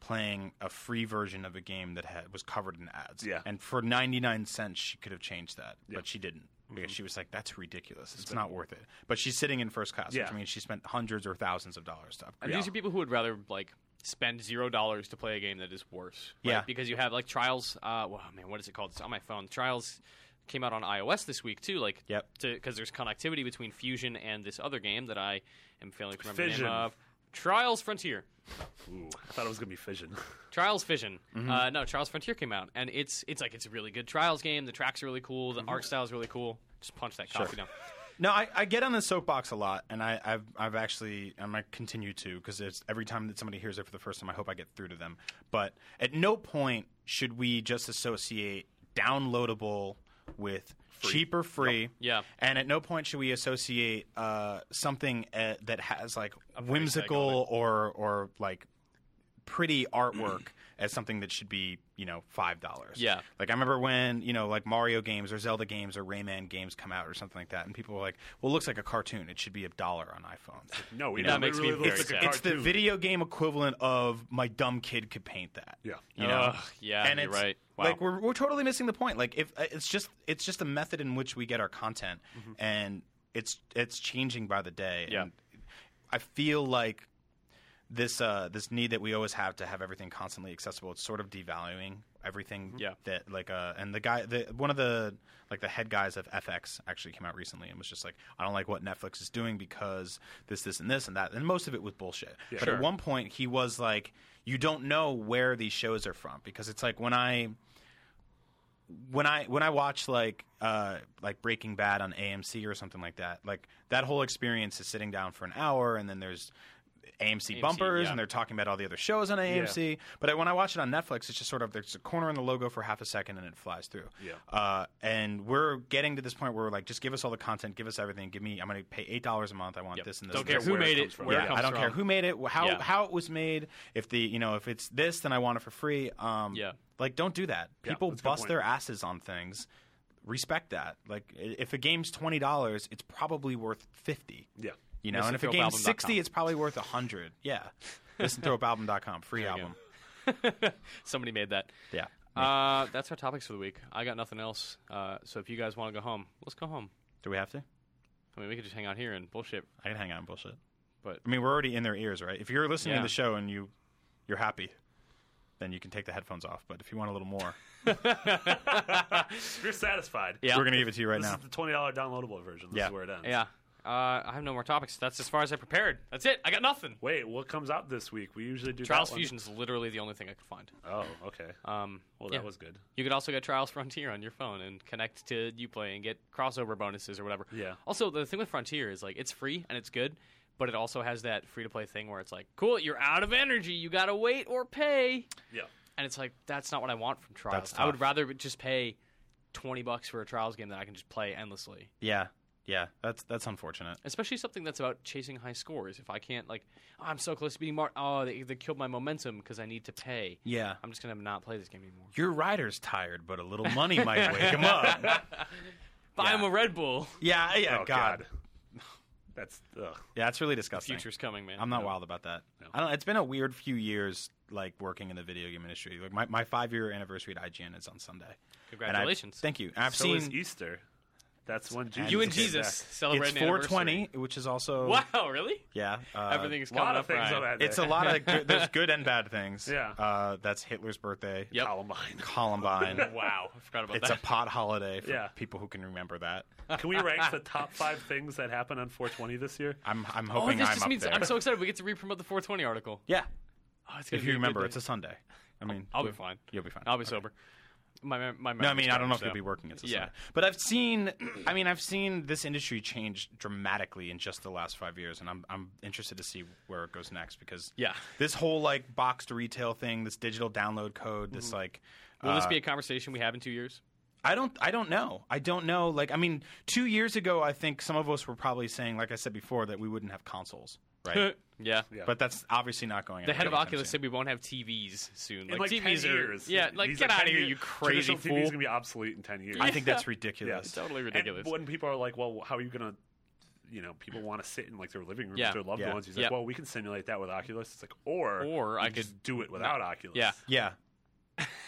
E: playing a free version of a game that had, was covered in ads.
D: Yeah.
E: And for 99 cents she could have changed that, but she didn't. Because
D: Mm-hmm.
E: she was like, "That's ridiculous. It's, not worth it." But she's sitting in first class,
D: Yeah.
E: which means she spent hundreds or thousands of dollars to upgrade.
C: And these are people who would rather like spend zero dollars to play a game that is worse. right?
E: Yeah.
C: because you have like Trials. Uh, well, man, what is it called? It's on my phone. Trials came out on iOS this week too. Like,
E: Yep.
C: because there's connectivity between Fusion and this other game that I am failing to remember the
D: Fission.
C: name of. Trials Frontier.
D: Ooh, I thought it was gonna be fission.
C: Trials Fission.
E: Mm-hmm.
C: Uh, no, Trials Frontier came out, and it's it's like it's a really good Trials game. The tracks are really cool.
E: Mm-hmm.
C: The art style is really cool. Just punch that coffee down.
E: No, I, I get on the soapbox a lot, and I, I've I've actually I'm gonna continue to because it's every time that somebody hears it for the first time, I hope I get through to them. But at no point should we just associate downloadable with cheap or free.
C: Yeah.
E: and at no point should we associate uh, something uh, that has like whimsical or or like pretty artwork as something that should be you know five dollars.
C: Yeah.
E: Like I remember when you know like Mario games or Zelda games or Rayman games come out or something like that, and people were like, "Well, it looks like a cartoon. It should be a dollar on iPhones."
D: No, it
C: That makes me
D: literally
C: very
D: looks like
C: sad.
D: a
E: it's the
D: cartoon.
E: video game equivalent of my dumb kid could paint that.
D: Yeah.
E: You know.
C: Ugh, yeah,
E: and
C: you're
E: it's-
C: right. Wow.
E: Like we're we're totally missing the point. Like if uh, it's just it's just a method in which we get our content,
C: Mm-hmm.
E: and it's it's changing by the day.
C: Yeah.
E: And I feel like this uh, this need that we always have to have everything constantly accessible. It's sort of devaluing everything.
C: Yeah.
E: That like uh, and the guy, the one of the like the head guys of FX actually came out recently and was just like, I don't like what Netflix is doing because this, this, and this, and that, and most of it was bullshit. but
C: Sure.
E: at one point, he was like, you don't know where these shows are from because it's like when I when I when I watch like uh, like Breaking Bad on AMC or something like that, like that whole experience is sitting down for an hour, and then there's AMC, bumpers,
C: yeah.
E: and they're talking about all the other shows on AMC. But when I watch it on Netflix, it's just sort of there's a corner in the logo for half a second, and it flies through.
D: Yeah.
E: Uh, and we're getting to this point where we're like, just give us all the content, give us everything, give me. I'm going to pay eight dollars a month. I want
C: Yep.
E: this and this.
C: Don't
E: and
C: care
E: this.
C: who
D: where it
C: made it,
D: comes from.
C: where it
E: Yeah,
C: comes
E: I don't
C: from.
E: care who made it, wh- how
C: Yeah.
E: how it was made. If the you know if it's this, then I want it for free. Um,
C: Yeah.
E: Like don't do that.
D: Yeah,
E: People
D: that's a good
E: bust
D: point.
E: their asses on things. Respect that. Like i- if a game's twenty dollars, it's probably worth fifty.
D: Yeah.
E: You know, and if a
C: Listenthropealbum.com.
E: game's sixty, it's probably worth hundred. Yeah. Listenthropealbum.com, free
C: go.
E: album.
C: Somebody made that.
E: Yeah.
C: Uh, that's our topics for the week. I got nothing else. Uh, so if you guys want to go home, let's go home.
E: do we have to?
C: I mean, we could just hang out here and bullshit.
E: I can hang on bullshit.
C: But
E: I mean, we're already in their ears, right? If you're listening
C: Yeah.
E: to the show and you you're happy, then you can take the headphones off. But if you want a little more,
D: If you're satisfied.
C: Yeah.
E: we're gonna give it to you right
D: This
E: now.
D: is the twenty dollar downloadable version. This
E: Yeah.
D: is where it ends.
C: yeah, uh, I have no more topics. That's as far as I prepared. That's it. I got nothing.
D: Wait, what comes out this week? We usually do
C: Trials
D: that one.
C: Fusion's literally the only thing I could find.
D: Oh, okay.
C: Um,
D: Well,
C: yeah.
D: that was good.
C: You could also get Trials Frontier on your phone and connect to UPlay and get crossover bonuses or whatever.
D: Yeah.
C: Also, the thing with Frontier is like it's free and it's good, but it also has that free to play thing where it's like, cool, you're out of energy, you gotta wait or pay,
D: Yeah.
C: and it's like that's not what I want from Trials.
E: That's
C: I would
E: tough.
C: rather just pay twenty bucks for a Trials game that I can just play endlessly.
E: Yeah, yeah, that's that's unfortunate.
C: Especially something that's about chasing high scores. If I can't like, oh, I'm so close to beating Mar. Oh, they, they killed my momentum because I need to pay.
E: Yeah,
C: I'm just gonna not play this game anymore.
E: your rider's tired, but a little money might wake him up.
C: Buy
E: Yeah.
C: him a Red Bull.
E: Yeah, yeah,
D: Oh
E: God.
D: That's ugh.
E: yeah, it's really disgusting.
C: Future's coming, man.
E: I'm not
C: No.
E: wild about that. I don't. It's been a weird few years, like working in the video game industry. Like my, my five year anniversary at IGN is on Sunday. And I-
C: Congratulations.
E: thank you. And I've
D: So is
E: seen
D: Easter. That's when Jesus
C: You and
D: came
C: Jesus
D: back.
E: it's
C: celebrating
E: 420, which is also
C: Wow, really?
E: yeah. Uh,
C: Everything's
D: A lot
C: coming
D: of
C: up
D: things
C: right.
D: on that.
E: It's a
D: day.
E: lot of good, there's good and bad things.
D: Yeah.
E: Uh, that's Hitler's birthday.
C: Yep.
D: Columbine.
E: Columbine.
C: Wow, I forgot about
E: It's a
C: that.
E: pot holiday for
D: Yeah.
E: people who can remember that.
D: Can we rank the top five things that happened on 420 this year?
E: I'm I'm
C: oh,
E: hoping
C: this
E: I'm
C: just
E: up
C: means
E: there.
C: I'm so excited we get to re-promote the 420 article.
E: yeah.
C: Oh, it's gonna
E: If
C: be
E: you
C: a good
E: remember,
C: day.
E: it's a Sunday. I mean,
C: I'll be fine.
E: You'll be fine.
C: I'll be
E: Okay.
C: sober. My mem- my
E: No, I mean,
C: memory's
E: I don't know if
C: garbage,
E: you'll be
C: though.
E: working. It's a
C: Yeah.
E: Sunday. but I've seen. I mean, I've seen this industry change dramatically in just the last five years, and I'm I'm interested to see where it goes next because
C: Yeah.
E: this whole like boxed retail thing, this digital download code, this like.
C: Mm-hmm. Will this
E: uh,
C: be a conversation we have in two years?
E: I don't I don't know. I don't know. Like I mean, two years ago I think some of us were probably saying, like I said before, that we wouldn't have consoles. Right.
C: yeah.
D: Yeah.
E: but that's obviously not going
C: The head of
E: anytime
C: Oculus
E: soon.
C: said we won't have TVs soon.
D: In
C: like,
D: like,
C: TVs
D: 10
C: are
D: years.
C: yeah. Like
D: These
C: get
D: are
C: out
D: 10
C: of here,
D: years.
C: you crazy
D: Traditional TV is
C: fool.
D: gonna be obsolete in 10 years.
E: I think that's
D: Yeah.
E: ridiculous.
C: Totally
D: And
C: ridiculous.
D: when people are like, well, how are you going to, you know, people want to sit in like their living room
C: Yeah.
D: with their loved
E: Yeah.
D: ones. He's
C: Yeah.
D: like, well, we can simulate that with Oculus. It's like, or
C: Or
D: we
C: I
D: can just
C: could-
D: do it without Oculus.
C: Yeah.
E: Yeah.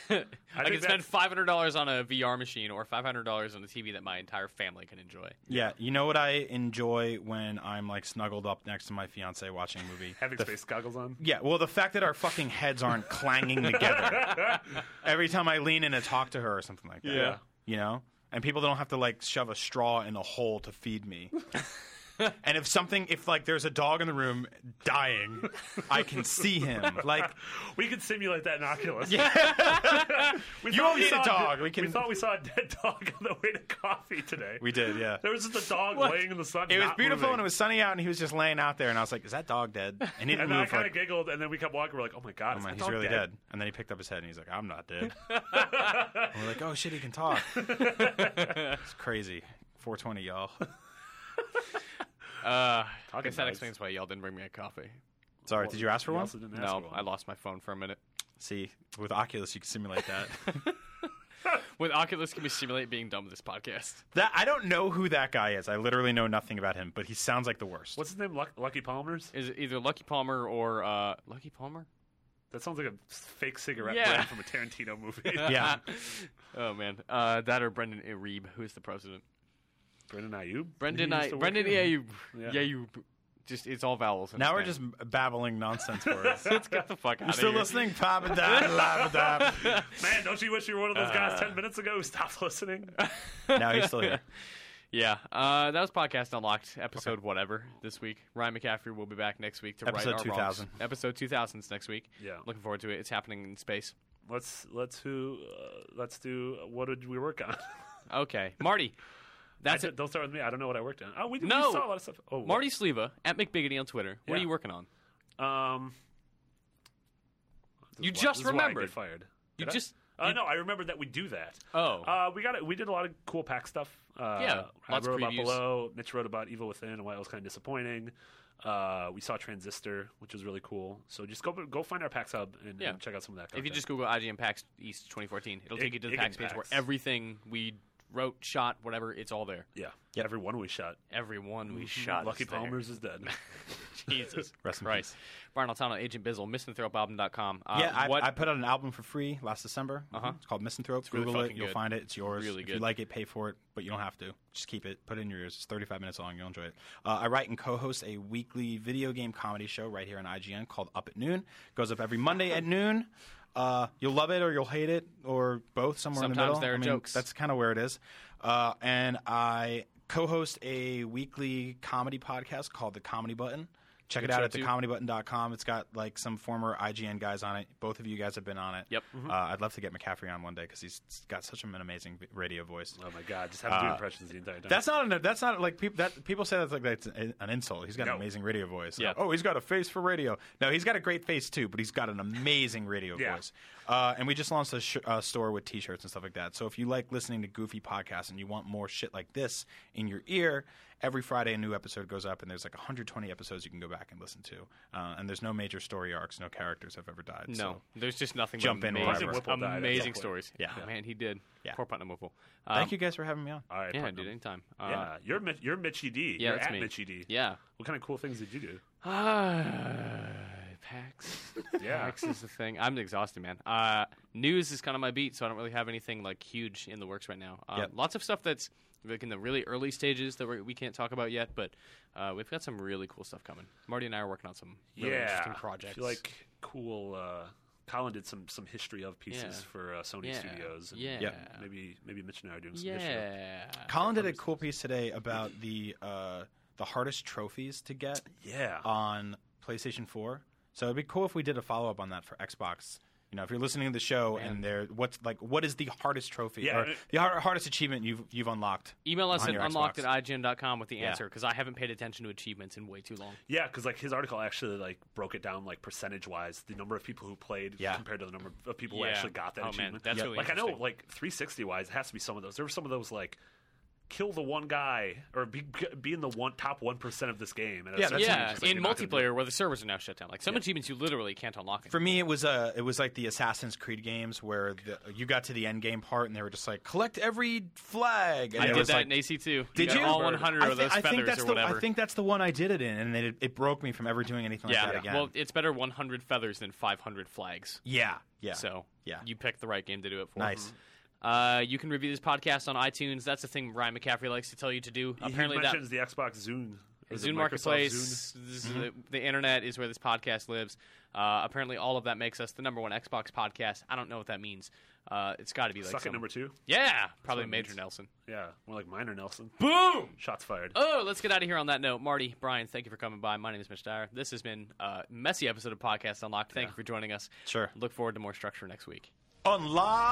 C: I,
D: think
C: can spend
D: that's-
C: five hundred dollars on a VR machine or five hundred dollars on a TV that my entire family can enjoy.
E: Yeah, you know what I enjoy when I'm like snuggled up next to my fiance watching a movie.
D: Having
E: The
D: space goggles on.
E: Yeah, well, the fact that our fucking heads aren't clanging together every time I lean in to talk to her or something like that.
D: Yeah.
E: You know? And people don't have to like shove a straw in a hole to feed me. and if something, if like there's a dog in the room dying, I can see him. Like,
D: We can simulate that in Oculus. we
E: You
D: thought
E: don't
D: we
E: need a
D: saw
E: dog.
D: dead-
E: We can-
D: thought we saw a dead dog on the way to coffee today.
E: we did, yeah.
D: There was just a dog laying in the sun.
E: It was
D: not
E: beautiful
D: moving.
E: and it was sunny out, and he was just laying out there, and I was like, "Is that dog dead?" And he didn't
D: And then I
E: move.
D: kind
E: Like,
D: of giggled, and then we kept walking. We're like, "Oh my god,
E: I'm
D: is
E: like,
D: that
E: he's
D: dog
E: really dead. And then he picked up his head, and he's like, "I'm not dead." and we're like, "Oh shit, he can talk." it's crazy. 420, y'all.
C: Uh, I
D: Talking
C: guess that
D: nice.
C: explains why y'all didn't bring me a coffee.
E: Sorry, did you ask for
D: He
E: one?
D: also didn't ask
C: No,
D: for one.
C: I lost my phone for a minute.
E: See, with Oculus, you can simulate that.
C: With Oculus, can we simulate being done with this podcast?
E: that I don't know who that guy is. I literally know nothing about him, but he sounds like the worst.
D: What's his name? Luck- Lucky Palmer's?
C: Is it either Lucky Palmer or uh, Lucky Palmer?
D: That sounds like a fake cigarette
C: Yeah.
D: brand from a Tarantino movie.
E: yeah,
C: Oh man, uh, that or Brendan Iribe, who's the president?
D: Brendan Ayub.
C: Brendan,
D: He
C: I,
D: used to work
C: Brendan
D: here.
C: Ayub,
D: Yeah.
C: Ayub. Just it's all vowels. in
E: Now
C: his
E: we're
C: name.
E: just babbling nonsense words.
C: let's get the fuck out
E: You're
C: of
E: still
C: here.
E: listening? Papa dab, lava dab.
D: Man, don't you wish you were one of those
C: Uh,
D: guys ten minutes ago who stopped listening?
E: No, he's still here.
C: Yeah, uh, that was podcast unlocked episode whatever this week. Ryan McCaffrey will be back next week to
E: Episode
C: right our
E: 2000.
C: wrongs. Episode two thousands next week.
D: Yeah.
C: looking forward to it. It's happening in space.
D: let's let's who uh, let's do what did we work on?
C: Okay, Marty. That's
D: I-
C: it.
D: Don't start with me. I don't know what I worked on. Oh, we, we
C: No.
D: saw a lot of stuff. Oh, what?
C: Marty Sleva at McBiggity on Twitter. What are
D: Yeah.
C: you working on?
D: Um,
C: You
D: this is why-
C: just
D: this is why I get
C: remembered.
D: fired.
C: You
D: Did I?
C: just
D: Uh, no, I remembered that we do that.
C: oh
D: Uh, we got it. We did a lot of cool pack stuff. Uh,
C: Yeah,
D: I
C: lots of
D: wrote about
C: previews.
D: Below. Mitch wrote about Evil Within and why it was kind of disappointing. Uh, we saw Transistor, which was really cool. So just go go find our PAX hub and,
C: Yeah.
D: and check out some of that.
C: if you
D: content.
C: just Google IGN PAX East 2014, it'll take
D: Ig-
C: you to the
D: Ig
C: PAX
D: and
C: page where
D: PAX.
C: everything we wrote, shot, whatever, it's all there.
D: yeah, everyone we shot.
C: Everyone we shot.
D: Mhm. Lucky
C: is there.
D: Palmer's is dead.
C: Jesus
E: Rest in
C: Christ. Brian Altano, Agent Bizzle, misanthropealbum.com. Uh,
E: yeah, I,
C: what?
E: I put out an album for free last December. Mm-hmm.
C: Uh-huh.
E: It's called Misanthrope.
C: really
E: Google it.
C: fucking
E: You'll
C: good.
E: find it. It's yours.
C: Really
E: if
C: good.
E: you like it, pay for it, but you don't have to. Just keep it. Put it in your ears. It's 35 minutes long. You'll enjoy it. Uh, I write and co-host a weekly video game comedy show right here on IGN called Up at Noon. goes up every Monday at noon. Uh, you'll love it or you'll hate it or both somewhere in the
C: Sometimes
E: middle.
C: there are
E: I mean,
C: jokes.
E: That's kind of where it is. Uh, and I co-host a weekly comedy podcast called The Comedy Button. Check it
C: show
E: out at
C: too.
E: thecomedybutton.com. It's got like some former IGN guys on it. Both of you guys have been on it.
C: Yep.
E: Uh, I'd love to get McCaffrey on one day because he's got such an amazing v- radio voice.
D: oh my god, just have to do impressions the entire time.
E: That's not an, that's not like people that people say that's like that's an an insult. He's got
D: No.
E: an amazing radio voice.
C: Yeah.
E: Oh, he's got a face for radio. No, he's got a great face too, but he's got an amazing radio
D: Yeah.
E: voice. Uh, and we just launched a sh- uh, store with T-shirts and stuff like that. So if you like listening to goofy podcasts and you want more shit like this in your ear, every Friday a new episode goes up, and there's like 120 episodes you can go back and listen to. Uh, and there's no major story arcs, no characters have ever died.
C: no,
E: so-
C: there's just nothing
E: Jump
C: but
E: in
C: amazing,
E: wherever.
D: Whipple died at some
C: amazing
D: point.
C: stories.
E: Yeah.
C: Oh, man, he did.
E: Yeah.
C: Poor Putnam Whipple. Um,
E: Thank you guys for having me on.
D: all right.
C: Yeah,
D: Putnam.
C: dude, anytime. Uh,
D: Yeah, you're Mi- you're Mitchy D.
C: yeah,
D: you're
C: that's
D: at
C: me.
D: Mitchy D.
C: Yeah.
D: What kind of cool things did you do?
C: Uh, PAX.
D: Yeah.
C: PAX is the thing. I'm exhausted, man. Uh, news is kind of my beat, so I don't really have anything like huge in the works right now. Uh,
E: Yep.
C: Lots of stuff that's like in the really early stages that we're, we can't talk about yet, but uh, we've got some really cool stuff coming. Marty and I are working on some really
D: yeah,
C: interesting
D: I
C: projects.
D: feel like cool. Uh, Colin did some some history of pieces
C: Yeah.
D: for uh, Sony
C: Yeah.
D: Studios. and
C: Yeah.
E: Yep.
D: Maybe maybe Mitch and I are doing some history. of-
C: yeah.
E: Colin did a cool piece today about the uh, the hardest trophies to get
D: Yeah.
C: Uh,
E: on PlayStation 4. So it'd be cool if we did a follow up on that for Xbox. You know, if you're listening to the show and there, what's like, what is the hardest trophy
D: Yeah,
E: or
D: it-
E: the har- hardest achievement you've you've unlocked?
C: Email us
E: on
C: at
E: your
C: unlocked
E: Xbox.
C: at IGN.com with the answer because I haven't paid attention to achievements in way too long.
D: yeah, because like his article actually like broke it down like percentage wise, the number of people who played
E: Yeah.
D: compared to the number of people
C: Yeah.
D: who actually got that
C: Oh, man,
D: achievement.
C: that's really
D: like I know
C: interesting.
D: like 360 wise, it has to be some of those. There were some of those like kill the one guy or be, be in the one top one percent of this game. And
E: Yeah,
D: it's-
E: that's
C: yeah,
D: it's like,
C: in
D: you're not gonna do it.
C: multiplayer where the servers are now shut down. Like some achievements you literally can't unlock.
E: For me, it was uh, it was like the Assassin's Creed games where the, you got to the end game part and they were just like collect every flag. And
C: I
E: it
C: did
E: was
C: that
E: like,
C: in AC two.
E: Did you?
C: all 100
E: I
C: of
E: thi-
C: those
E: I
C: feathers
E: think that's
C: or
E: the
C: whatever?
E: I think that's the one I did it in, and it, it broke me from ever doing anything like that again.
C: Well, it's better 100 feathers than 500 flags.
E: yeah, yeah.
C: So
E: Yeah.
C: you picked the right game to do it for.
E: nice.
C: Uh, you can review this podcast on iTunes. That's the thing Ryan McCaffrey likes to tell you to do. Apparently,
D: he
C: that
D: mentions the Xbox Zune. or the
C: Zune
D: Microsoft Mm-hmm.
C: Marketplace, this is the, the internet is where this podcast lives. Uh, apparently, all of that makes us the number one Xbox podcast. I don't know what that means. Uh, it's got to be
D: Zune.
C: like
D: Suck
C: some-
D: at number two.
C: Yeah, probably
D: it
C: Major
D: means.
C: Nelson.
D: Yeah, more like minor Nelson.
C: Boom.
D: Shots fired.
C: Oh, let's get out of here on that note. Marty, Brian, thank you for coming by. My name is Mitch Dyer. This has been a messy episode of Podcast Unlocked. Thank you for joining us.
E: Sure.
C: Look forward to more structure next week.
E: Unlock.